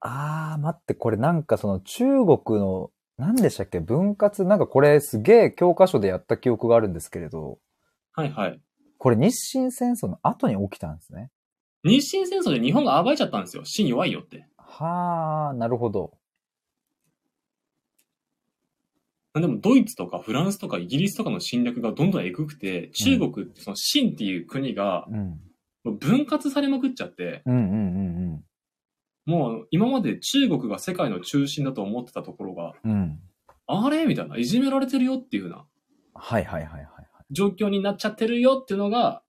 あー、待って、これなんかその中国の、何でしたっけ分割なんかこれすげえ教科書でやった記憶があるんですけれど、はいはい。これ日清戦争の後に起きたんですね。日清戦争で日本が暴いちゃったんですよ。清弱いよって。はあ、なるほど。でもドイツとかフランスとかイギリスとかの侵略がどんどんえぐくて、中国ってその清っていう国がうん。分割されまくっちゃって、うんうんうんもう今まで中国が世界の中心だと思ってたところが、うん。うん。あれみたいな、いじめられてるよっていうようなはいはいはいはいはい。状況になっちゃってるよっていうのが、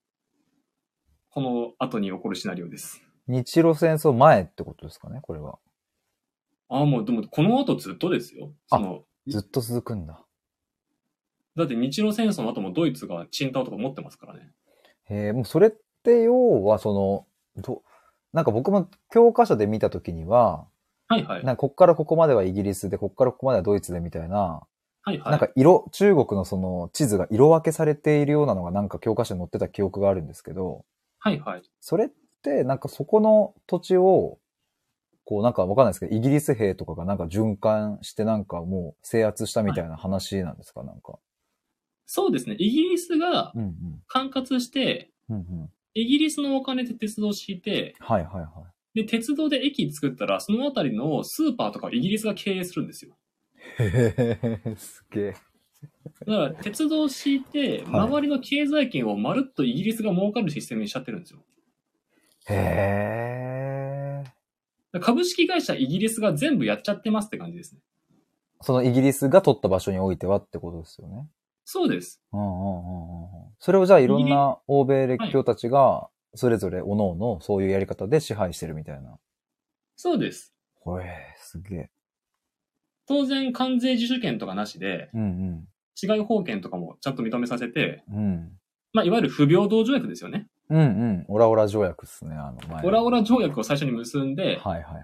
この後に起こるシナリオです。日露戦争前ってことですかね、これは。ああ、もうでもこの後ずっとですよ。その、ずっと続くんだ。だって日露戦争の後もドイツがチンタオとか持ってますからね。へえ、もうそれって要はその、ど、なんか僕も教科書で見たときには、はいはい。なんかこっからここまではイギリスで、こっからここまではドイツでみたいな、はいはい。なんか色、中国のその地図が色分けされているようなのがなんか教科書に載ってた記憶があるんですけど、はいはい。それってなんかそこの土地を、こうなんかわかんないですけど、イギリス兵とかがなんか循環してなんかもう制圧したみたいな話なんですか、なんか。そうですね。イギリスがうんうん。管轄して、うんうん。イギリスのお金で鉄道を敷いて、はいはいはい。で、鉄道で駅作ったら、その辺りのスーパーとかをイギリスが経営するんですよ。へえ、すげえ。だから、鉄道を敷いて、はい周りの経済圏をまるっとイギリスが儲かるシステムにしちゃってるんですよ。へえ。だから株式会社イギリスが全部やっちゃってますって感じですね。そのイギリスが取った場所においてはってことですよね。そうです。うんうんうんうんうん。それをじゃあいろんな欧米列強たちが、それぞれ各々そういうやり方で支配してるみたいな。そうです。ほえ、すげえ。当然、関税自主権とかなしで、うん市外法権とかもちゃんと認めさせて、うん。うん。まあ、いわゆる不平等条約ですよね。うんうん。オラオラ条約っすね、あの前の。オラオラ条約を最初に結んで、はいはいはい。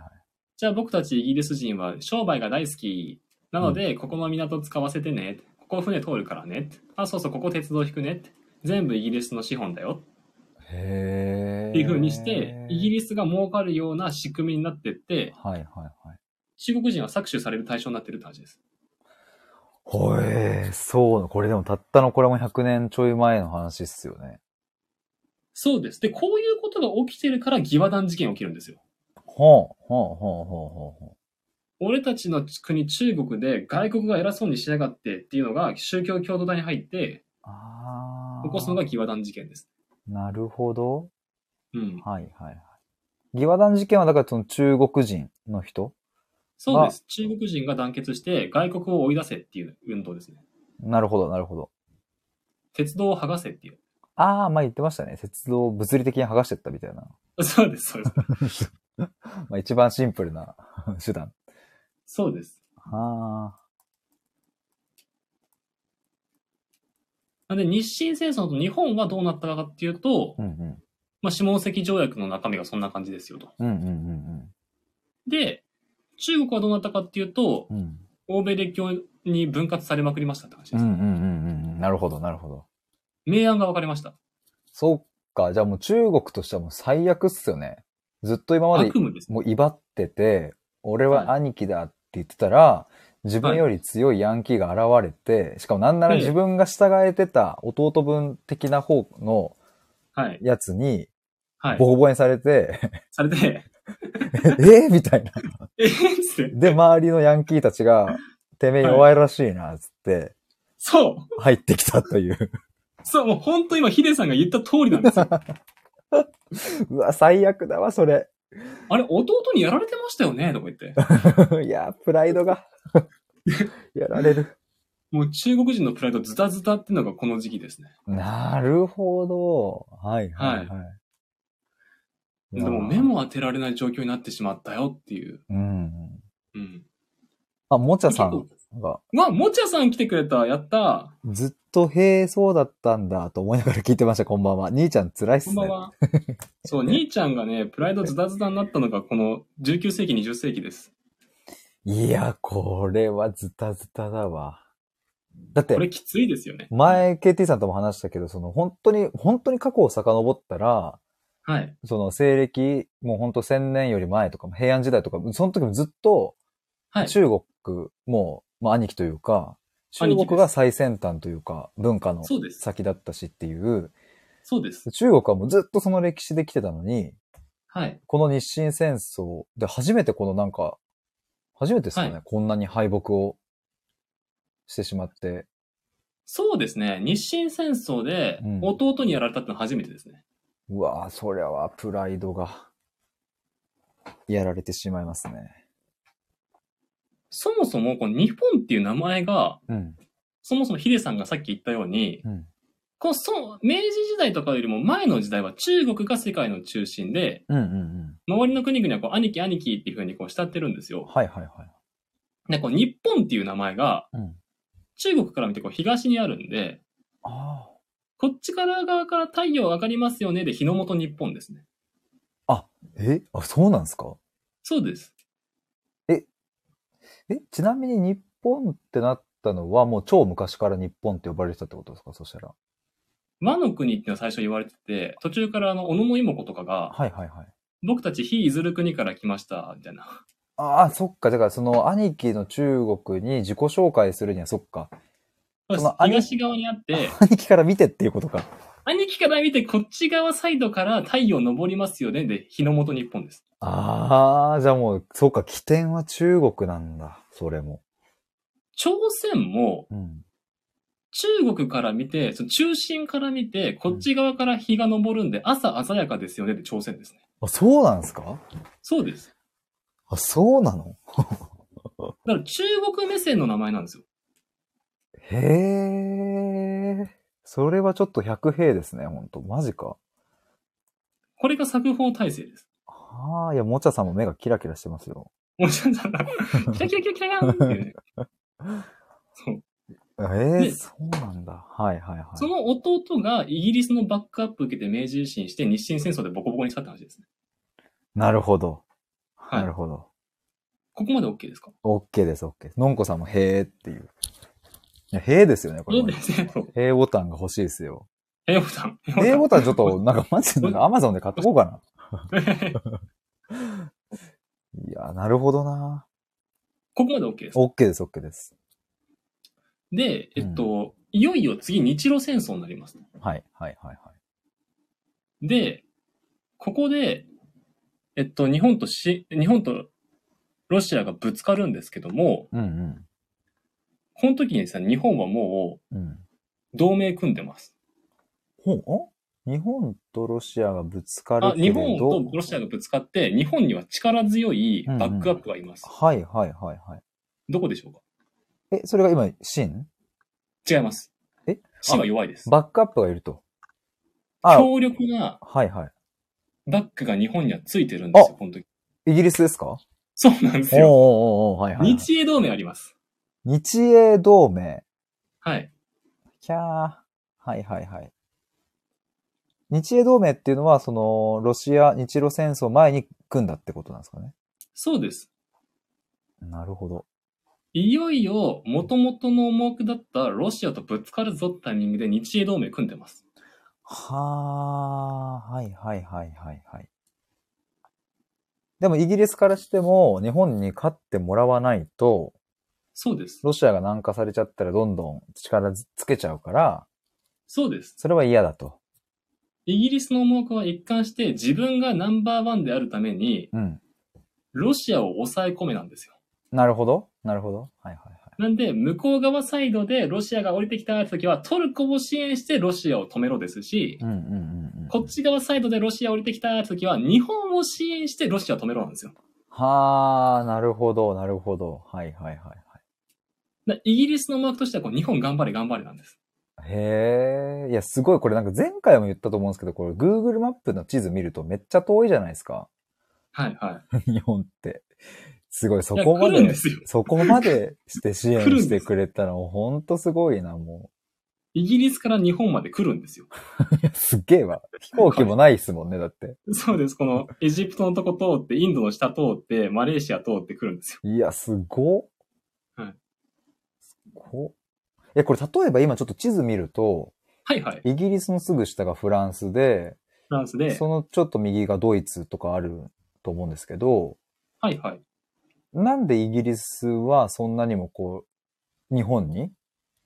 じゃあ僕たちイギリス人は商売が大好き。なので、ここの港使わせてね。ここ船通るからね。あ、そうそう、ここ鉄道引くね。全部イギリスの資本だよ。へえ。っていう風にして、イギリリスが儲かるような仕組みになってって、はいはいはい。中国人は搾取される対象になってるって話です。ほえー、そう、これでもたったのこれも100年ちょい前の話っすよね。そうです。で、こういうことが起きてるから、義和団事件起きるんですよ。ほう、ほう、ほう、ほう、ほう、ほ俺たちの国中国で外国が偉そうにしやがってっていうのが宗教共同体に入ってう。あー。起こすのが義和団事件です。なるほど。うん。はい、はい、はい。義和団事件はだからその中国人の人そうです。中国人が団結して外国を追い出せっていう運動ですね。なるほど、なるほど。鉄道を剥がせっていう。 あー、まあ言ってましたね。鉄道を物理的に剥がしてったみたいな。そうです、そう です。まあ一番シンプルな 手段。そうです。あなんで日清戦争と日本はどうなったかっていうとー。う、んうん。まあ、下関条約の中身がそんな感じですよと。うんうんうんで、中国はどうなったかっていうとう、ん。うん。欧米列強に分割されまくりましたって話うでんす。うんうんうんうん。なるほど、なるほど。明暗が分かれました。そっか。じゃあもう中国としてはもう最悪っすよね。ずっと今まで悪夢です。もう威張ってて、俺はは兄貴だって言ってたら、自分より強いヤンキーが現れて、しかもなんならええ自分が従えてた弟分的な方のはい。やつに、はい。ボコボコにされて、 されて、ええみたいな。えっつって。で、周りのヤンキーたちが、てめえ弱いらしいな、つって、そう入ってきたと いう。そう、もう本当今ヒデさんが言った通りな んですよ。うわ、最悪だわ、それ。あれ、弟にやられてましたよねとか言って。 いや、プライドが。 やられる。もう中国人のプライドズタズタっていうのがこの時期ですね。 なるほど。はい、はい、はい。でも目。も当てられない状況になってしまったよっていう。うん。うん。あ、もちゃさん結が、構。わ、もちゃさん来てくれた。やったずっと、へえ、そうだったんだ、と思いながら聞いてました、こんばんは。兄ちゃん辛いっこすんね。ば んは。そう、兄ちゃんがね、プライドズタズタになったのがこの19世紀、20世紀です。いや、これはズタズタだわ。だってこ、れきついですよね。前、KT さんとも話したけど、その、本当に、本当に過去を遡ったら、はい。その、西暦、もう本当1000年より前とか、平安時代とか、その時もずっと、はい。中国、もう、まあ、兄貴というか、中兄貴です国が最先端というか、文化のそうです。先だったしっていう、そうです。中国はもうずっとその歴史で来てたのに、はい。この日清戦争で初めてこのなんか、初めてですかね、はこんなに敗北をしてしまって。そうですね。日清戦争でうん弟にやられたってのは初めてですね。うわぁ、そりゃはプライドが、やられてしまいますね。そもそもこの日本っていう名前が、うん。そもそもヒデさんがさっき言ったように、うん。こうそう明治時代とかよりも前の時代は中国が世界の中心で、うんうんうん。周りの国々はこう兄貴兄貴っていう風にこう慕ってるんですよ。はいはいはい。で、こう日本っていう名前がうん。中国から見てこう東にあるんで、あこっちから側から太陽上がりますよねで日の元日本ですね。あ。えあ、そうなんですかそうです。えちなみに日本ってなったのはもう超昔から日本って呼ばれてたってことですかそしたら。和の国っていうのは最初言われてて、途中からあの、小野妹子とかが、はいはいはい。僕たち非いずる国から来ました、みたいな。ああ、そっか。だからその兄貴の中国に自己紹介するにはそっか。 その兄東側にあ って、兄貴から見てっていうことか。兄貴から見てこっち側サイドから太陽昇りますよねで日の元日本です。ああ、じゃあもう、そうか、起点は中国なんだ。それも。朝鮮もうん。中国から見て、その中心から見て、こっち側から日が昇るんで朝鮮やかですよねで朝鮮ですね。あ、そうなんですかそうです。あ、そうなのだから中国目線の名前なんですよ。へえ。それはちょっと100兵ですね、ほんと。マジか。これが作法体制です。ああ、いや、もちゃさんも目がキラキラしてますよ。もうちょっとなんか、キラキラキラキラーンっていうね。そう。ええでそうなんだ。はいはいはい。その弟がイギリスのバックアップ受けて明治維新して日清戦争でボコボコにしたって話ですね。なるほど。はいなるほど。ここまで OK ですかオッケーです、オッケーです。のんこさんもへえっていう。いや、へえですよね、これそうもでね。すね。そうへえボタンが欲しいです よ。 A ボタン。A ボタンへえボタンちょっと、なんかマジで、 なんかアマゾンで買っとこうかな。いや、なるほどな。ここまで OK です。 OK です、OK です。で、えっと、いよいよ次日露戦争になります。はい、はい、はい、はい。で、ここで、えっと、日本とし、日本とロシアがぶつかるんですけども、うん、この時にですね、日本はもうん。うん。う同盟組んでます。ほん日本とロシアがぶつかあるけれ日ど。本とロシアがぶつかって、日本には力強いバックアップがいます。はい、はい、はい、はい。どこでしょうかえ、それが今、シン違います。え死は弱いです。バックアップがいると。あ、強力なはい、はバックが日本にはついてるんですよ、この時。い。イギリスですかそうなんですおーおーよ。おーおーはい、はい。日英同盟あります。日英同盟。はい。キャー。はいはいはい。日英同盟っていうのは、その、ロシア、日露戦争前に組んだってことなんですかね。そうです。なるほど。いよいよ、元々の思惑だったロシアとぶつかるぞってタイミングで日英同盟組んでます。はー、はいはいはいはいはい。でもイギリスからしても、日本に勝ってもらわないと、そうです。ロシアが南下されちゃったらどんどん力つけちゃうから、そうです。それは嫌だと。イギリスの思惑は一貫して自分がナンバーワンであるために、うん。ロシアを抑え込めなんですよ。なるほど。なるほど。はいはいはい。なんで、向こう側サイドでロシアが降りてきたって時は、トルコを支援してロシアを止めろですしう、んうんうんうん。こっち側サイドでロシア降りてきたって時は、日本を支援してロシアを止めろなんですよ。はあ、なるほど、なるほど。はいはいはいはい。だイギリスの思惑としてはこう、日本頑張れ頑張れなんです。へえ、いや、すごい、これなんか前回も言ったと思うんですけど、これ Google マップの地図見るとめっちゃ遠いじゃないですか。 はいはい。日本って。すごい、そこまいや来るんでですよ、そこまでして支援来るんですしてくれた の、ほんとすごいな、もイギリスから日本まで来るんですよ。う。いやすっげえわ。飛行機もないですもんね、だって。 そうです。このエジプトのとこ通って、インドの下通って、マレーシア通って来るんですよ。いや、すごっ。はいすごっ。え、これ例えば今ちょっと地図見ると、はいはい。フイギリスのすぐ下がフランスで、ランスで。そのちょっと右がドイツとかあると思うんですけど、はいはい。なんでイギリスはそんなにもこう、日本に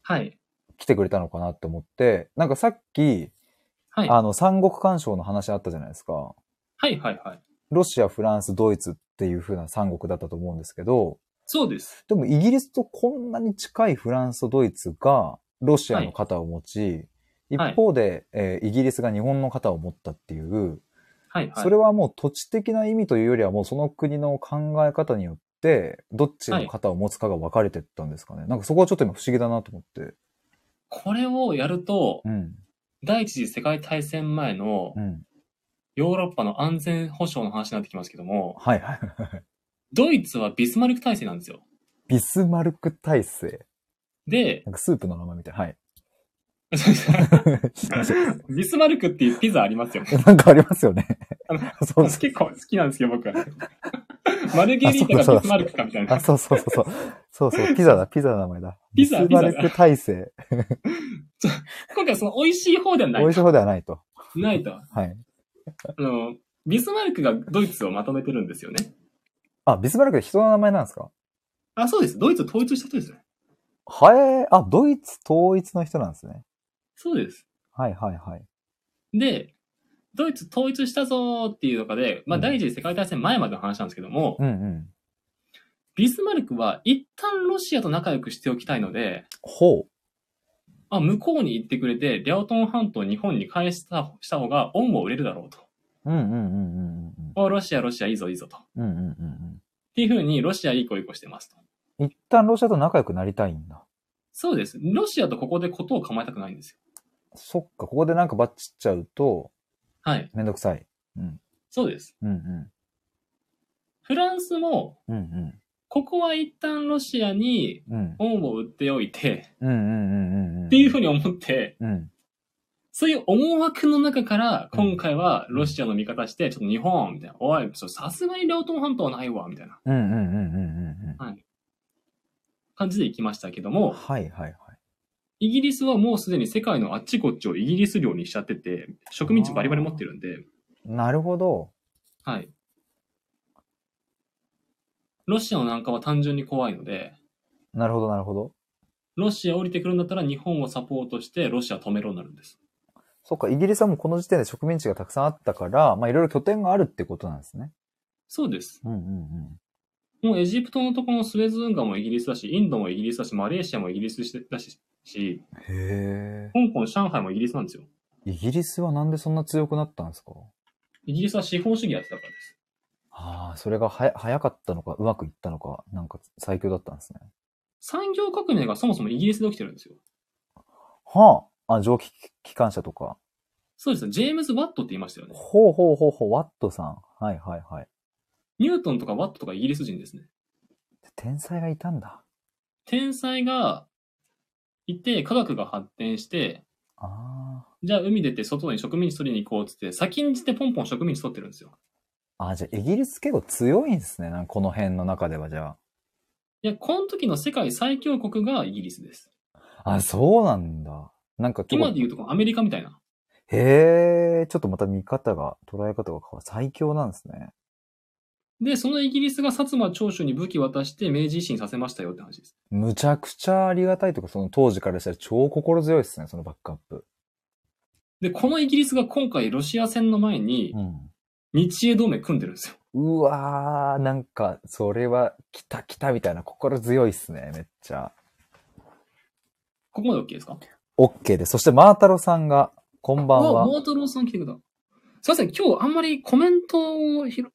はい。来てくれたのかなって思って、なんかさっき、はい。はあの、三国干渉の話あったじゃないですか。いはいはい。ロシア、フランス、ドイツっていう風な三国だったと思うんですけど、そうです。でもイギリスとこんなに近いフランスとドイツがロシアの肩を持ち、はい一方で、えーイギリスが日本の肩を持ったっていう、はいはい。それはもう土地的な意味というよりはもうその国の考え方によって、どっちの肩を持つかが分かれてったんですかね。なんかそこはちょっと今不思議だなと思って。これをやると、うん。第一次世界大戦前のうん。ヨーロッパの安全保障の話になってきますけども、はいはい。 ドイツはビスマルク体制なんですよ。ビスマルク体制。で、 なんかスープの名前みたい。はい。ビスマルクっていうピザありますよね。なんかありますよねあの。そうそう結構好きなんですよ、僕 は。マルゲリータがビスマルクかみたいなあ、。そうそうそうそう。そうそう、ピザだ、ピザの名前だ。ピザビスマルク体制。今回はその美味しい方ではな美味いし。い方ではないと。ないと。あはい。の、ビスマルクがドイツをまとめてるんですよね。あ、ビスマルクって人の名前なんですかあ、そうです。ドイツを統一した人ですね。はえー、あ、ドイツ統一の人なんですね。そうです。はいはいはい。で、ドイツ統一したぞーっていう中で、まあ、うん第一次世界大戦前までの話なんですけども、うんうん。ビスマルクは一旦ロシアと仲良くしておきたいので、ほう。あ、向こうに行ってくれて、リャオトン半島を日本に返したした方が恩を売れるだろうと。うんうんうんうんうんうん。おロシア、ロシア、いいぞ、いいぞと。っうんうんうんうん。ていうふうに、ロシアいい子いい子してますと。一旦ロシアと仲良くなりたいんだ。そうです。ロシアとここでことを構えたくないんですよ。そっか、ここでなんかバッチっちゃうと、はい。めんどくさい。そうです。うんうフランスも、ん。うんここは一旦ロシアにうん。うん。恩を売っておいて、うんうんうんうんうん。っていうふうに思って、うん。そういう思惑の中から、今回はロシアの味方して、ちょっと日本、みたいな。おい、ちょさすがに両党半島はないわ、みたいなうんうんうんうんうん感じで行きましたけどうん。も、はいはいはい。イギリスはもうすでに世界のあっちこっちをイギリス領にしちゃってて、植民地バリバリ持ってるんで、なるほど。はい。ロシアの南下は単純に怖いので、なるほど、なるほど。ロシア降りてくるんだったら日本をサポートしてロシア止めろになるんです。そっか、イギリスはもうこの時点で植民地がたくさんあったから、まあいろいろ拠点があるってことなんですね。そうです。うんうんうん。もうエジプトのとこのスエズ運河もイギリスだし、インドもイギリスだし、マレーシアもイギリスだし、しへ香港、上海もイギリスなんですよ。え。イギリスはなんでそんな強くなったんですかイギリスは資本主義やってたからです。ああ、それがはや早かったのか、うまくいったのか、なんか最強だったんですね。産業革命がそもそもイギリスで起きてるんですよ。はあ。あ、蒸気機関車とか。そうです。ジェームズ・ワットって言いましたよね。ほうほうほうほう、ワットさん。はいはいはい。ニュートンとかワットとかイギリス人ですね。天才がいたんだ。天才がいて、科学が発展して、あじゃあ海出て外に植民地取りに行こうってって、先んじてポンポン植民地取ってるんですよ。あ。あ、じゃあイギリス結構強いんですね。なんかこの辺の中ではじゃいや、この時の世界最強国がイギリスです。あ。あ、そうなんだ。なんか結構今で言うとこのアメリカみたいな。へえ、ちょっとまた見方が、捉え方が変わる。最強なんですね。で、そのイギリスが薩摩長州に武器渡して明治維新させましたよって話です。むちゃくちゃありがたいとか、その当時からしたら超心強いですね、そのバックアップ。で、このイギリスが今回ロシア戦の前にうん。日英同盟組んでるんですよ。うわー、なんか、それは、来た来たみたいな心強いっすね、めっちゃ。ここまで OK ですか OK です。そして、マータロさんが、こんばんわは。モートローさん来てくれた。すいません、今日あんまりコメントをひろ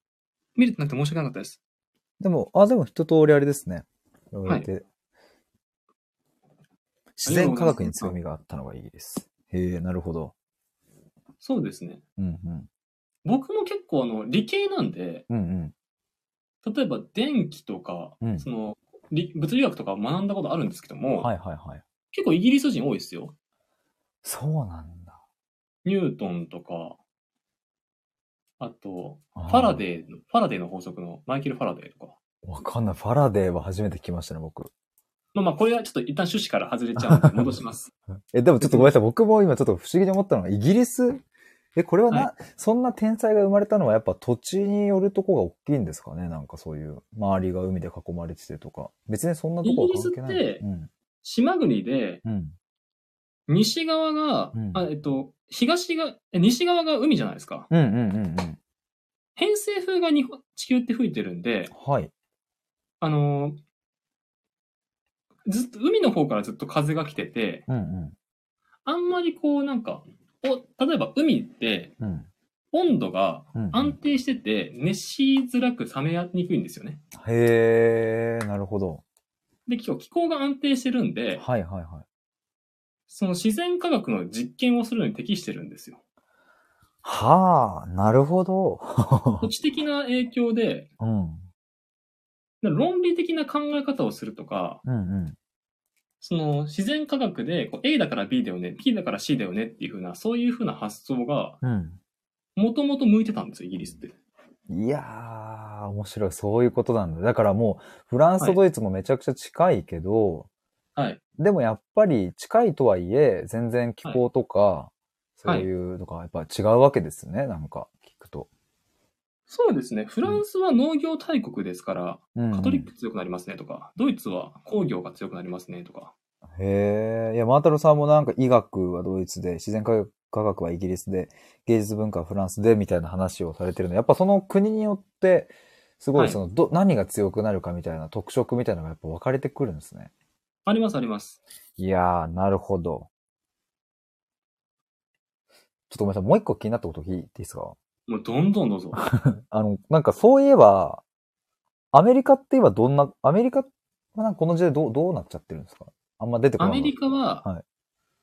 見れてなくて申し訳なかったです。でも、あ、でも一通りあれですね。はいで自然科学に強みがあったのがイギリス。へえ、なるほど。そうですね。うんうん。僕も結構あの理系なんで、うんうん。例えば電気とか、うんその理物理学とか学んだことあるんですけども、はいはいはい。結構イギリス人多いですよ。そうなんだ。ニュートンとか、あと、フファラデーの、ファラデーの法則のマイケル・ファラデーとか。わかんない。ファラデーは初めて聞きましたね、僕。まあまあ、これはちょっと一旦趣旨から外れちゃうんで戻します。え、でもちょっとごめんなさい。僕も今ちょっと不思議に思ったのが、イギリスえ、これはな、はそんな天才が生まれたのはやっぱ土地によるとこが大きいんですかねなんかそういう、周りが海で囲まれててとか。別にそんなとこは関係ない。イギリスってうん。島国で、うん。西側が、うんあえっと、東が、え西側が海じゃないですか。うんうんうんうん。偏西風が日本地球って吹いてるんで、はい。あのーずっと、海の方からずっと風が来てて、うんうん。あんまりこうなんか、お例えば海ってうん温度がうんうん。安定してて熱しづらく冷めにくいんですよね。へー、なるほど。で、今日気候が安定してるんで、はいはいはい。その自然科学の実験をするのに適してるんですよ。はあ、なるほど。土地的な影響で、うん。論理的な考え方をするとか、うんうん。その自然科学でこう A だから B だよね、P だから C だよねっていうふうな、そういうふうな発想がうもともと向いてたんですよ、イギリスって。ん。いやー、面白い。そういうことなんだ。だからもう、フランスとドイツもめちゃくちゃ近いけど、はい。でもやっぱり近いとはいえ、全然気候とか、そうはいいうのがやっぱ違うわけですね。なんか聞くと。そうですね。フランスは農業大国ですから、うんカトリック強くなりますねとか、ドイツは工業が強くなりますねとか。へえ。いや、マータロさんもなんか医学はドイツで、自然科学科学はイギリスで、芸術文化はフランスで、みたいな話をされてるの。やっぱその国によって、すごはいいその、ど、何が強くなるかみたいな特色みたいなのがやっぱ分かれてくるんですね。ありますあります。いやー、なるほど。ちょっとごめんなさい。もう一個気になったこと聞いていいですかもうどんどんどう ぞ。あの、なんかそういえば、アメリカって今どんな、アメリカはなんかこの時代どう、どうなっちゃってるんですかあんま出てこアない。メリカは、はい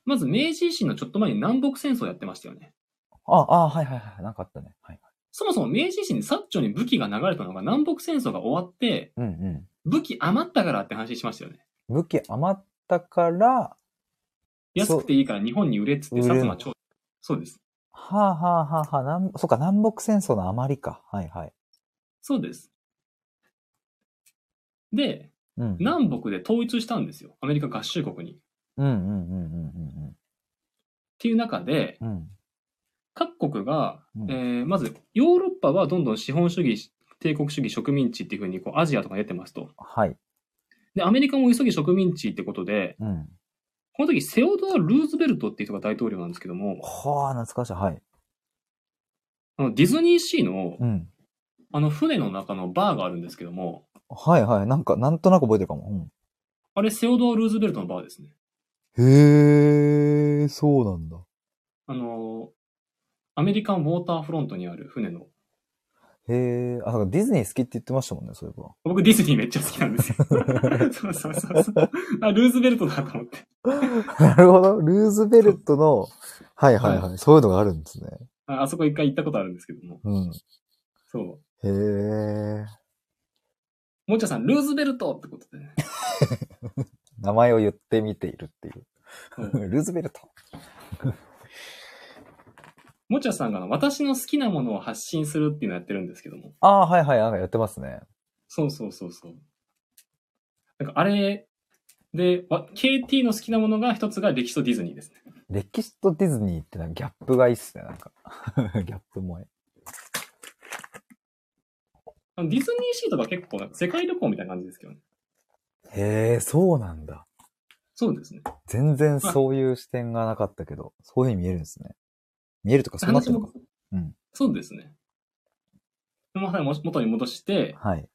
まず明治維新のちょっと前に南北戦争やってましたよね。あ、あ、はいはいはい。なんかあったね。はい。そもそも明治維新に薩長に武器が流れたのが南北戦争が終わって、うんうん。武器余ったからって話しましたよね。武器余ったから、そう安くていいから日本に売れっつって薩売れ摩長。そうです。はあはあはあはあ、なん、そっか、南北戦争の余りか。はいはい。そうです。で、うん。南北で統一したんですよ。アメリカ合衆国に。っうんうんうんうんていう中で、うんうん。各国が、うんえーまずヨーロッパはどんどん資本主義帝国主義植民地っていうふうにこうアジアとかに出てますと。はい。で、アメリカも急ぎ植民地ってことで、うん。この時セオドア・ルーズベルトっていう人が大統領なんですけども、はあ、懐かしい。はい。あのディズニーシーのうん。あの船の中のバーがあるんですけども、はいはい。なんか、なんとなく覚えてるかも。あれセオドア・ルーズベルトのバーですね。うん、へえ、そうなんだ。あの、アメリカン・ウォーターフロントにある船の、へえ、あ、なんかディズニー好きって言ってましたもんね、そういえば。僕ディズニーめっちゃ好きなんですよ。そうそうそうそう。あ、ルーズベルトだと思って。 なるほど。ルーズベルトの、はいはいはい。そういうのがあるんですね。ああそこ一回行ったことあるんですけども。うん。そう。へえ。もちゃさん、ルーズベルトってことでね。名前を言ってみているっていう。そう ルーズベルト。もちゃさんがあの私の好きなものを発信するっていうのをやってるんですけども。ああ、はいはい。なんかやってますね。そうそうそうそう。なんかあれで、わ KT の好きなものが一つが歴史とディズニーですね。歴史とディズニーってなんかギャップがいいっすね、なんか。 ギャップ萌え。あのディズニーシーとか結構なんか世界旅行みたいな感じですけどね。へえ、そうなんだ。そうですね。全然そういう視点がなかったけど、そういうふうに見えるんですね。見えるとか、そうなって話るのもか。。うんそうですね。でまあ、もし元に戻して、はい。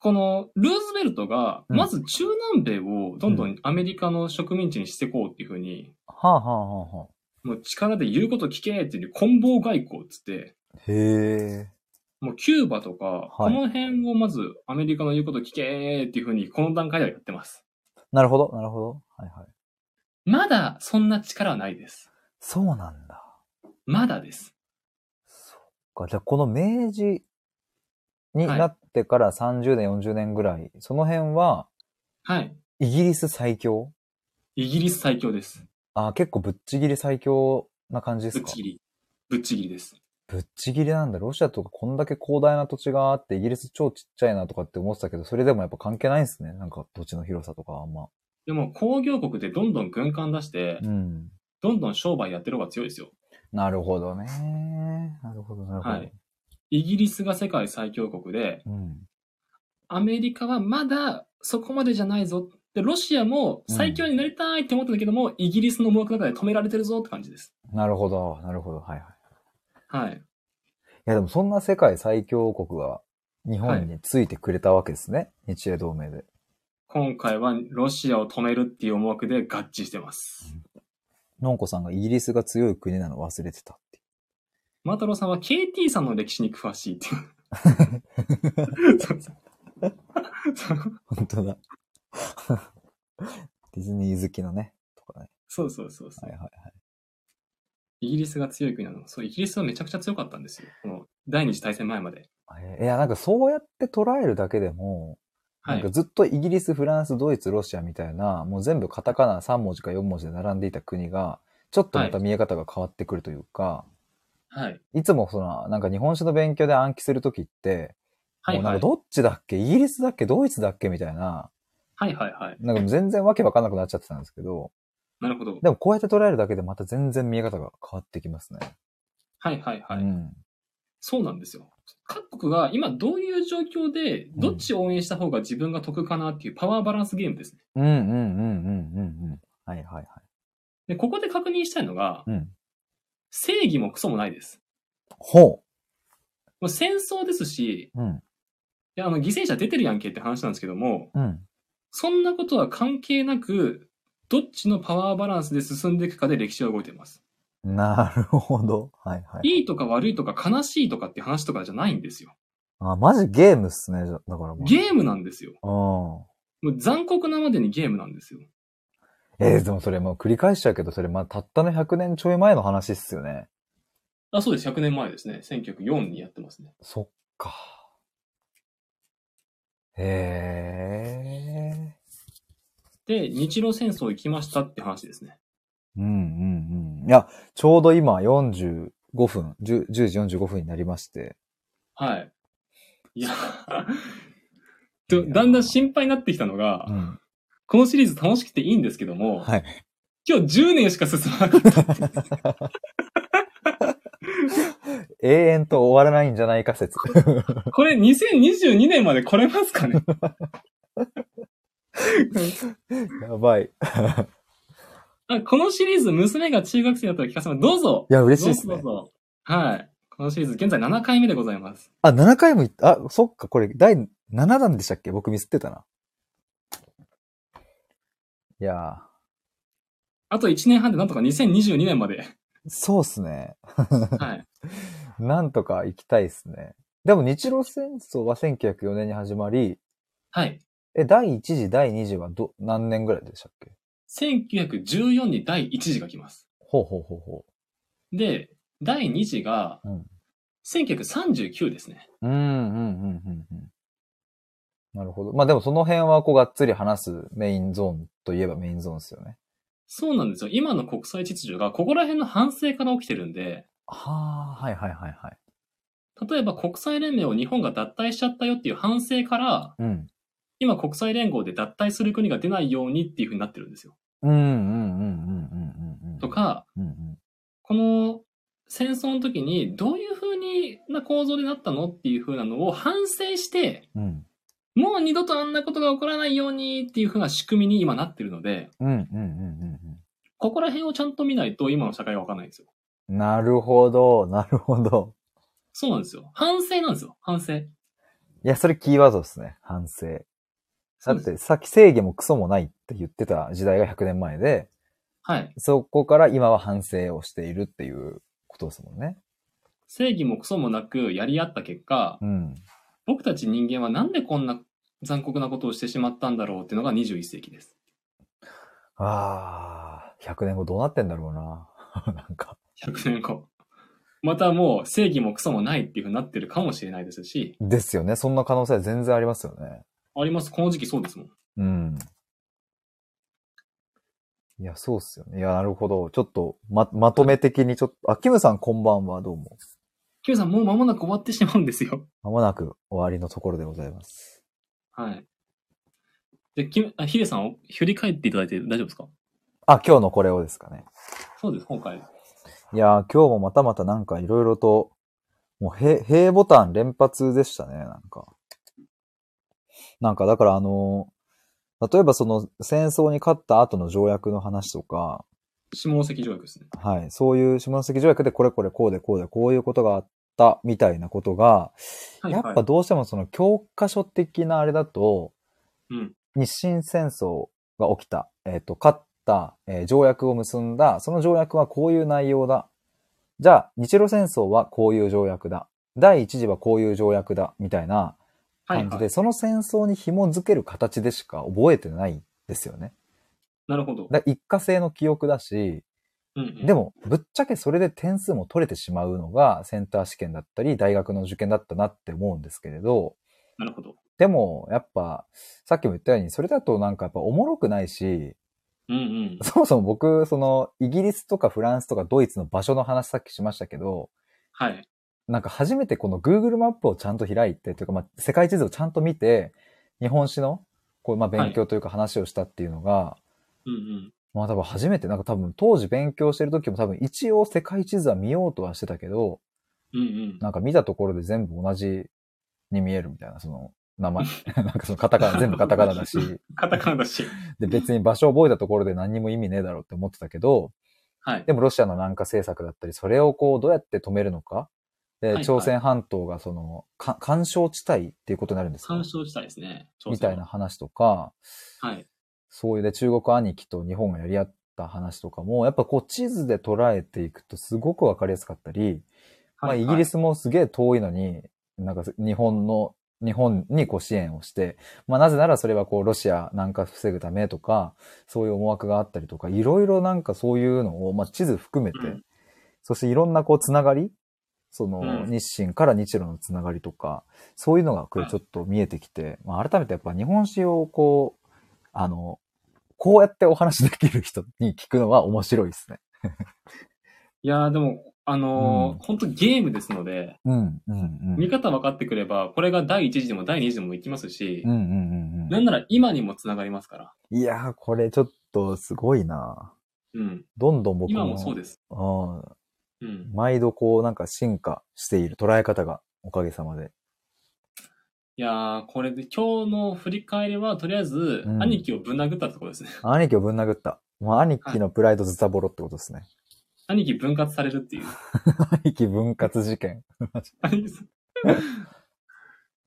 このルーズベルトが、うんまず中南米をどんどんアメリカの植民地にしていこうっていうふうに、はあはあはあはもう力で言うこと聞けっていう棍棒外交っつって、あ。へえ。もうキューバとか、この辺をまずアメリカの言うこと聞けっていうふうに、この段階ではやってます。なるほど、なるほど。はいはい。まだそんな力はないです。そうなんだ。まだです。そっか。じゃあ、この明治にはいなってから30年、40年ぐらい、その辺は、はい。イギリス最強イギリス最強です。あー結構ぶっちぎり最強な感じですぶっかちぎり。ぶっちぎりです。ぶっちぎりなんだ。ロシアとかこんだけ広大な土地があって、イギリス超ちっちゃいなとかって思ってたけど、それでもやっぱ関係ないんですね。なんか土地の広さとかあんま。でも工業国でどんどん軍艦出して、うん。どんどん商売やってる方が強いですよ。なるほどね。なるほど、なるほど。はいイギリスが世界最強国で、うん。アメリカはまだそこまでじゃないぞ。で、ロシアも最強になりたいって思ったんだけども、イギリスの思惑の中で止められてるぞって感じです。なるほど、なるほど。はいはい。はい。いやでもそんな世界最強国が日本についてくれたわけですね。日英同盟で。今回はロシアを止めるっていう思惑で合致してます。のんこさんがイギリスが強い国なの忘れてたってマタロさんは KT さんの歴史に詳しいって いう。そうそういう。本当だ。 ディズニー好きのね。とかね。そうそうそうそはういはいはい。イギリスが強い国なの。そう、イギリスはめちゃくちゃ強かったんですよ。この第二次大戦前まで。えーいや、なんかそうやって捉えるだけでも、はなんいか。ずっとイギリス、フランス、ドイツ、ロシアみたいな、もう全部カタカナ3文字か4文字で並んでいた国が、ちょっとまた見え方が変わってくるというか、はい。い、つもその、なんか日本史の勉強で暗記するときって、はもいうなんはかい。どっちだっけイギリスだっけドイツだっけみたいな、はいはいはい。なんかもう全然わけわかんなくなっちゃってたんですけど、なるほど。でもこうやって捉えるだけでまた全然見え方が変わってきますね。はいはいはい。うん。そうなんですよ。各国が今どういう状況で、どっちを応援した方が自分が得かなっていうパワーバランスゲームですね。うんうんうんうんうんうん。はいはいはい。で、ここで確認したいのが、うん。正義もクソもないです。ほもう戦争ですし、う。うん。いやあの、犠牲者出てるやんけって話なんですけども、うん。そんなことは関係なく、どっちのパワーバランスで進んでいくかで歴史は動いてます。なるほど。はいはい。いいとか悪いとか悲しいとかって話とかじゃないんですよ。あ、マジゲームっすね、じゃだからもう。ゲームなんですよ。うん。もう残酷なまでにゲームなんですよ。えーでもそれもう繰り返しちゃうけど、それまあたったの100年ちょい前の話っすよね。あ、そうです。100年前ですね。1904にやってますね。そっか。へえ。で、日露戦争行きましたって話ですね。うんうんうん。いや、ちょうど今45分、10, 10時45分になりまして。はい。いや、 とだんだん心配になってきたのが、うん。このシリーズ楽しくていいんですけども、はい。 今日10年しか進まなかった。永遠と終わらないんじゃないか説。 これ2022年まで来れますかねやばい。いあこのシリーズ、娘が中学生だったら聞かせます。どうぞや、嬉しいですどうねぞ。どうぞはい。このシリーズ、現在7回目でございます。あ、7回もいった。あ、そっか、これ、第7弾でしたっけ僕ミスってたな。いやあと1年半でなんとか2022年 まで。ー、そうっすね。はい。なんとか行きたいっすね。でも、日露戦争は1904年に始まり、はい。え、第1次、第2次はど、何年ぐらいでしたっけ1914に第1次が来ます。ほうほうほうほで、第2次がうん、 1939ですね。う。うん、うん、うん、うん、うん。なるほど。まあでもその辺はこうがっつり話すメインゾーンといえばメインゾーンですよね。そうなんですよ。今の国際秩序がここら辺の反省から起きてるんで、はあ、はいはいはいはい。例えば国際連盟を日本が脱退しちゃったよっていう反省から、うん。今国際連合で脱退する国が出ないようにっていう風になってるんですよ。うんうんうんうんうんうんうん。と、か、うんうん、この戦争の時にどういう風にな構造になったのっていう風なのを反省して、うんもう二度とあんなことが起こらないようにっていう風な仕組みに今なってるので、うんうんうんここら辺をちゃんと見ないと今の社会がわかんないんですよ。うん。なるほど、なるほど。そうなんですよ。反省なんですよ。反省。いや、それキーワードですね。反省。そだうっですて、さっき正義もクソもないって言ってた時代が100年前で、はい。そこから今は反省をしているっていうことですもんね。正義もクソもなくやり合った結果う、ん。僕たち人間はなんでこんな残酷なことをしてしまったんだろうっていうのが21世紀です。ああ、100年後どうなってんだろうな。 なんか。 100年後。またもう正義もクソもないっていうふうになってるかもしれないですし、ですよね。そんな可能性は全然ありますよね。あります。この時期そうですもん。うん。いや、そうっすよね。いや、なるほど。ちょっと、ま、まとめ的にちょっと、あ、キムさんこんばんは、どうも。キムさんもう間もなく終わってしまうんですよ。まもなく終わりのところでございます。はい。で、キム、あヒデさんを振り返っていただいて大丈夫ですかあ、今日のこれをですかね。そうです、今回。いやー、今日もまたまたなんかいろいろと、もう、へ、へボタン連発でしたね、なんか。なんか、だからあのー例えばその戦争に勝った後の条約の話とか、下関条約ですね。はい。そういう下関条約でこれこれこうでこうでこういうことがあったみたいなことが、はい、やはい。っぱどうしてもその教科書的なあれだと、うん。日清戦争が起きた、えっ、と、勝った、えー条約を結んだ、その条約はこういう内容だ。じゃあ、日露戦争はこういう条約だ。第一次はこういう条約だ、みたいなはい、感じで、はい。その戦争に紐づける形でしか覚えてないですよね。なるほど。だ一過性の記憶だし、うん、うん。でも、ぶっちゃけそれで点数も取れてしまうのがセンター試験だったり、大学の受験だったなって思うんですけれど、なるほど。でも、やっぱ、さっきも言ったように、それだとなんかやっぱおもろくないし、うんうん。そもそも僕、その、イギリスとかフランスとかドイツの場所の話さっきしましたけど、はい。なんか初めてこの Google マップをちゃんと開いて、というか、まあ、世界地図をちゃんと見て、日本史の、こう、まあ、勉強というか話をしたっていうのが、うんうん。まあ多分初めて、なんか多分当時勉強してる時も多分一応世界地図は見ようとはしてたけど、うんうん。なんか見たところで全部同じに見えるみたいな、その名前。 なんかそのカタカナ、全部カタカナだし、カタカナだし。で別に場所を覚えたところで何にも意味ねえだろうって思ってたけど、はい。でもロシアの南下政策だったり、それをこうどうやって止めるのか。いで、はい朝鮮半島がその、か干渉地帯っていうことになるんですよ干。渉地帯ですね。朝鮮みたいな。話とか、はい。そういうで中国兄貴と日本がやり合った話とかも、やっぱこう地図で捉えていくとすごくわかりやすかったり、まあ、はいイギリ。スもすげえ遠いのに、なんか日本の、日本にこう支援をして、まあなぜならそれはこうロシアなんか防ぐためとか、そういう思惑があったりとか、いろいろなんかそういうのを、まあ地図含めて、うんそしていろんなこうつながり、そのうん日清から日露のつながりとか、そういうのがこうはいちょっと見えてきて、まあ改めてやっぱ日本史をこう、あの、こうやってお話しできる人に聞くのは面白いですね。いやーでも、あのーうん本当ゲームですので、うん、うん、うん。見方分かってくれば、これが第1次でも第2次でもいきますし、うん、うん、うんうん。なんなら今にもつながりますから。いやー、これちょっとすごいなうん。どんどん僕今もそうです。あーうん。毎度こうなんか進化している捉え方がおかげさまで。いやー、これで、今日の振り返りは、とりあえず、うん兄貴をぶん殴ったところですね。 兄貴をぶん殴った。もう兄貴のプライドズタボロってことですね。兄貴分割されるっていう。 兄貴分割事件。兄貴さん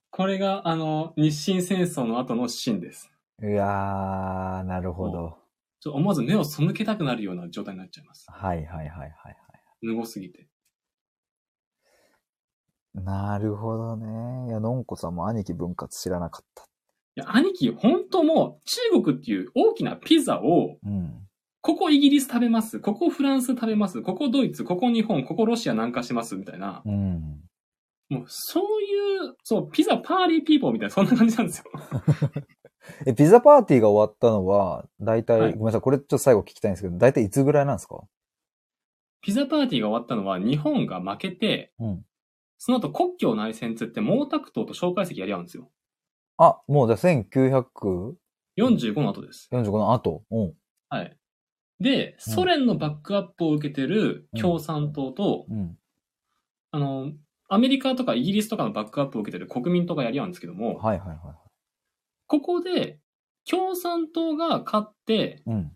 これが、あの、日清戦争の後のシーンです。いやー、なるほど。ちょっと思わず目を背けたくなるような状態になっちゃいます。はいはいはいはいはい。無すぎて。なるほどね。いや、のんこさんも兄貴分割知らなかった。いや、兄貴、本当もう、中国っていう大きなピザを、うん。ここイギリス食べます、ここフランス食べます、ここドイツ、ここ日本、ここロシア南下します、みたいな。うん。もう、そういう、そう、ピザパーリーピーポーみたいな、そんな感じなんですよ。え、ピザパーティーが終わったのは、だいたい、はいごめんなさい、これちょっと最後聞きたいんですけど、だいたいいつぐらいなんですかピザパーティーが終わったのは、日本が負けて、うんその後国境内戦つって毛沢東と蒋介石やり合うんですよ。あ、もうじゃあ1945 45の後です。の後。うん。はい。で、ソ連のバックアップを受けてる共産党と、うん。あの、アメリカとかイギリスとかのバックアップを受けてる国民党がやり合うんですけども、はいはいはここで共産党が勝ってい。うん。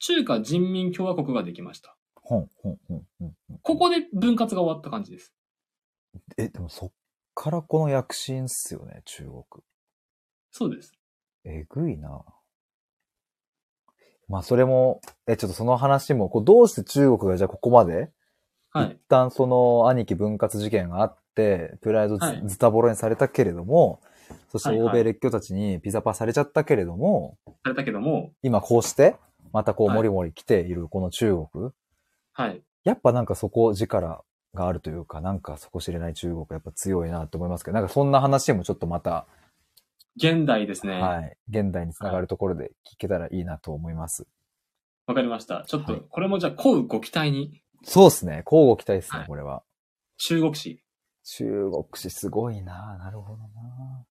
中華人民共和国ができました。ほん、ほん、ほん、ほん。ここで分割が終わった感じです。え、でもそっからこの躍進っすよね、中国。そうです。えぐいな。まあそれも、え、ちょっとその話も、こうどうして中国がじゃあここまで、はい一。旦その兄貴分割事件があって、プライドズ,、はいタボロにされたけれども、そしてはい欧はい米列強たちにピザパされちゃったけれども、されたけども、今こうして、またこうはいもりもり来ているこの中国、はい。やっぱなんかそこ力があるというか、なんかそこ知れない中国やっぱ強いなと思いますけど、なんかそんな話もちょっとまた、現代ですね。わ、はい、現代につながるところで聞けたらいいなと思います。かりました。ちょっと、はいこれもじゃあ、こうご期待に、そうですね。交互期待ですねは、いこれは。中国史。中国史すごいななるほどな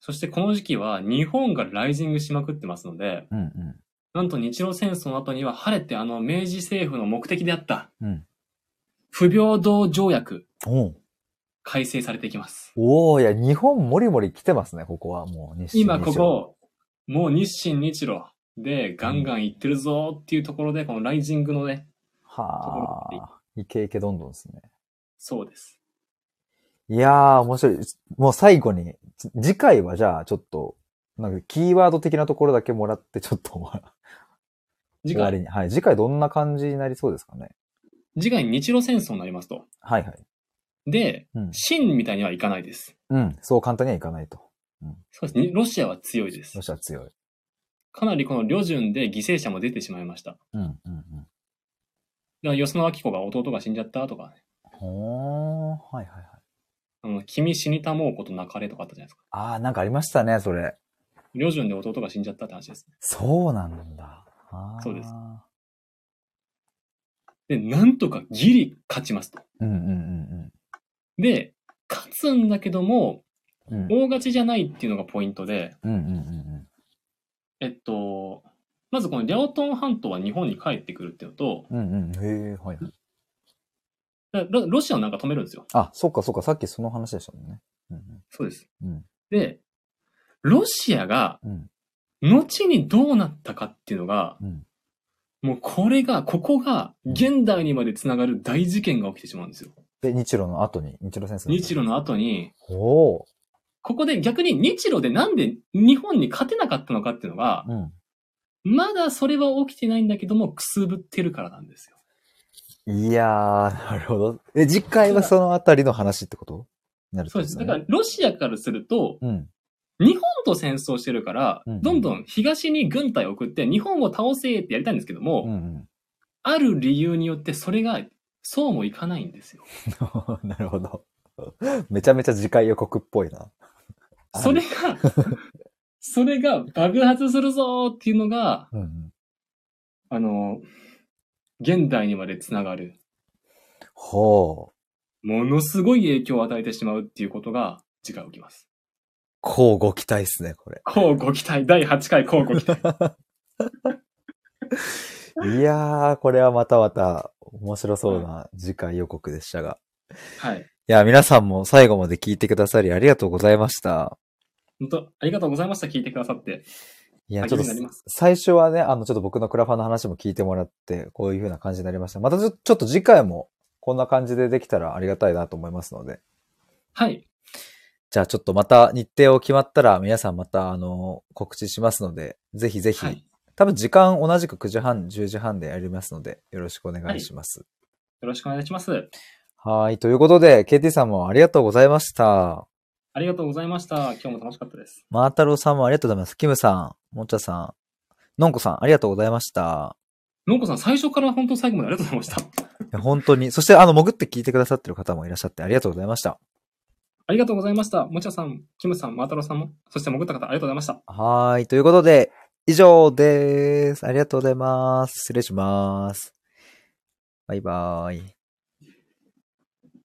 そしてこの時期は日本がライジングしまくってますので、うんうなんと日露戦争の後には晴れてあの明治政府の目的であったん。うん。不平等条約おう改正されていきます。おーいや、日本もりもり来てますね、ここは。もう、日清今日こ露。こ、もう日清日露でガンガン行ってるぞーっていうところで、このライジングのね、はあ。イケイケどんどんですね。そうです。いやー、面白い。もう最後に、つ次回はじゃあ、ちょっと、なんか、キーワード的なところだけもらって、ちょっと終わ次終わり回、に。はい。次回どんな感じになりそうですかね。次回日露戦争になりますと。はいはい。で、うん。清みたいにはいかないです。うん。そう簡単にはいかないと。そうですね。ロシアは強いですロ。シア強い。かなりこの旅順で犠牲者も出てしまいました。だかうん、うん、うん。ら、吉野明子が弟が死んじゃったとか、ね、ほー、はいはいはい。あの、君死にたもうことなかれとかあったじゃないですか。ああ、なんかありましたね、それ。旅順で弟が死んじゃったって話です。そうなんだ。あーそうです。で、なんとかギリ勝ちますと。うんうんうんで、勝つんだけども、うん。うん大勝ちじゃないっていうのがポイントで、うんうんうんえっと、まずこのリャオトン半島は日本に帰ってくるっていうのと、うん。うんうん。へえ、はいはい。だロロシアをなんか止めるんですよ。あ、そっかそっか、さっきその話でしたもんね。うんそうです。うんで、ロシアが、うん後にどうなったかっていうのが、うんもうこれが、ここが、現代にまでつながる大事件が起きてしまうんですよ。で、日露の後に、日露戦争。日露の後に、おお。ここで逆に日露でなんで日本に勝てなかったのかっていうのが、うん。まだそれは起きてないんだけども、くすぶってるからなんですよ。いやー、なるほど。え、次回はそのあたりの話ってことになるってそこうとです。だから、ロシアからすると、うん。日本と戦争してるから、うんどんどん東に軍隊を送って、日本を倒せってやりたいんですけども、うんうん。 ある理由によってそれが、そうもいかないんですよ。なるほど。めちゃめちゃ次回予告っぽいな。 それが、 それが爆発するぞーっていうのが、うんうん。あの、現代にまでつながる、ほう。ものすごい影響を与えてしまうっていうことが、次回起きます。こうご期待っすね、これ。こうご期待、第8回こうご期待。いやー、これはまたまた面白そうな次回予告でしたが。 はい。いや、皆さんも最後まで聞いてくださりありがとうございました。本当ありがとうございました。聞いてくださって。いや、ち励ょっみとになります、最初はね、あの、ちょっと僕のクラファンの話も聞いてもらって、こういう風な感じになりました。またちょちょっと次回も、こんな感じでできたらありがたいなと思いますので。はい。じゃあちょっとまた日程を決まったら皆さんまたあの告知しますので、ぜひぜひ、はい。多分時間同じく9時半、10時半でやりますので、よろしくお願いします。よろしくお願いします。はい、ということで、KT さんもありがとうございました。ありがとうございました。今日も楽しかったです。マータロウさんもありがとうございます。キムさん、もっちゃさん、のんこさん、ありがとうございました。のんこさん、最初から本当最後までありがとうございました。いや本当に、そしてあの、潜って聞いてくださってる方もいらっしゃってありがとうございました。ありがとうございました。もちゃさん、キムさん、マータロウさんも、そして潜った方、ありがとうございました。はい、ということで、以上です。ありがとうございます。失礼します。バイバーイ。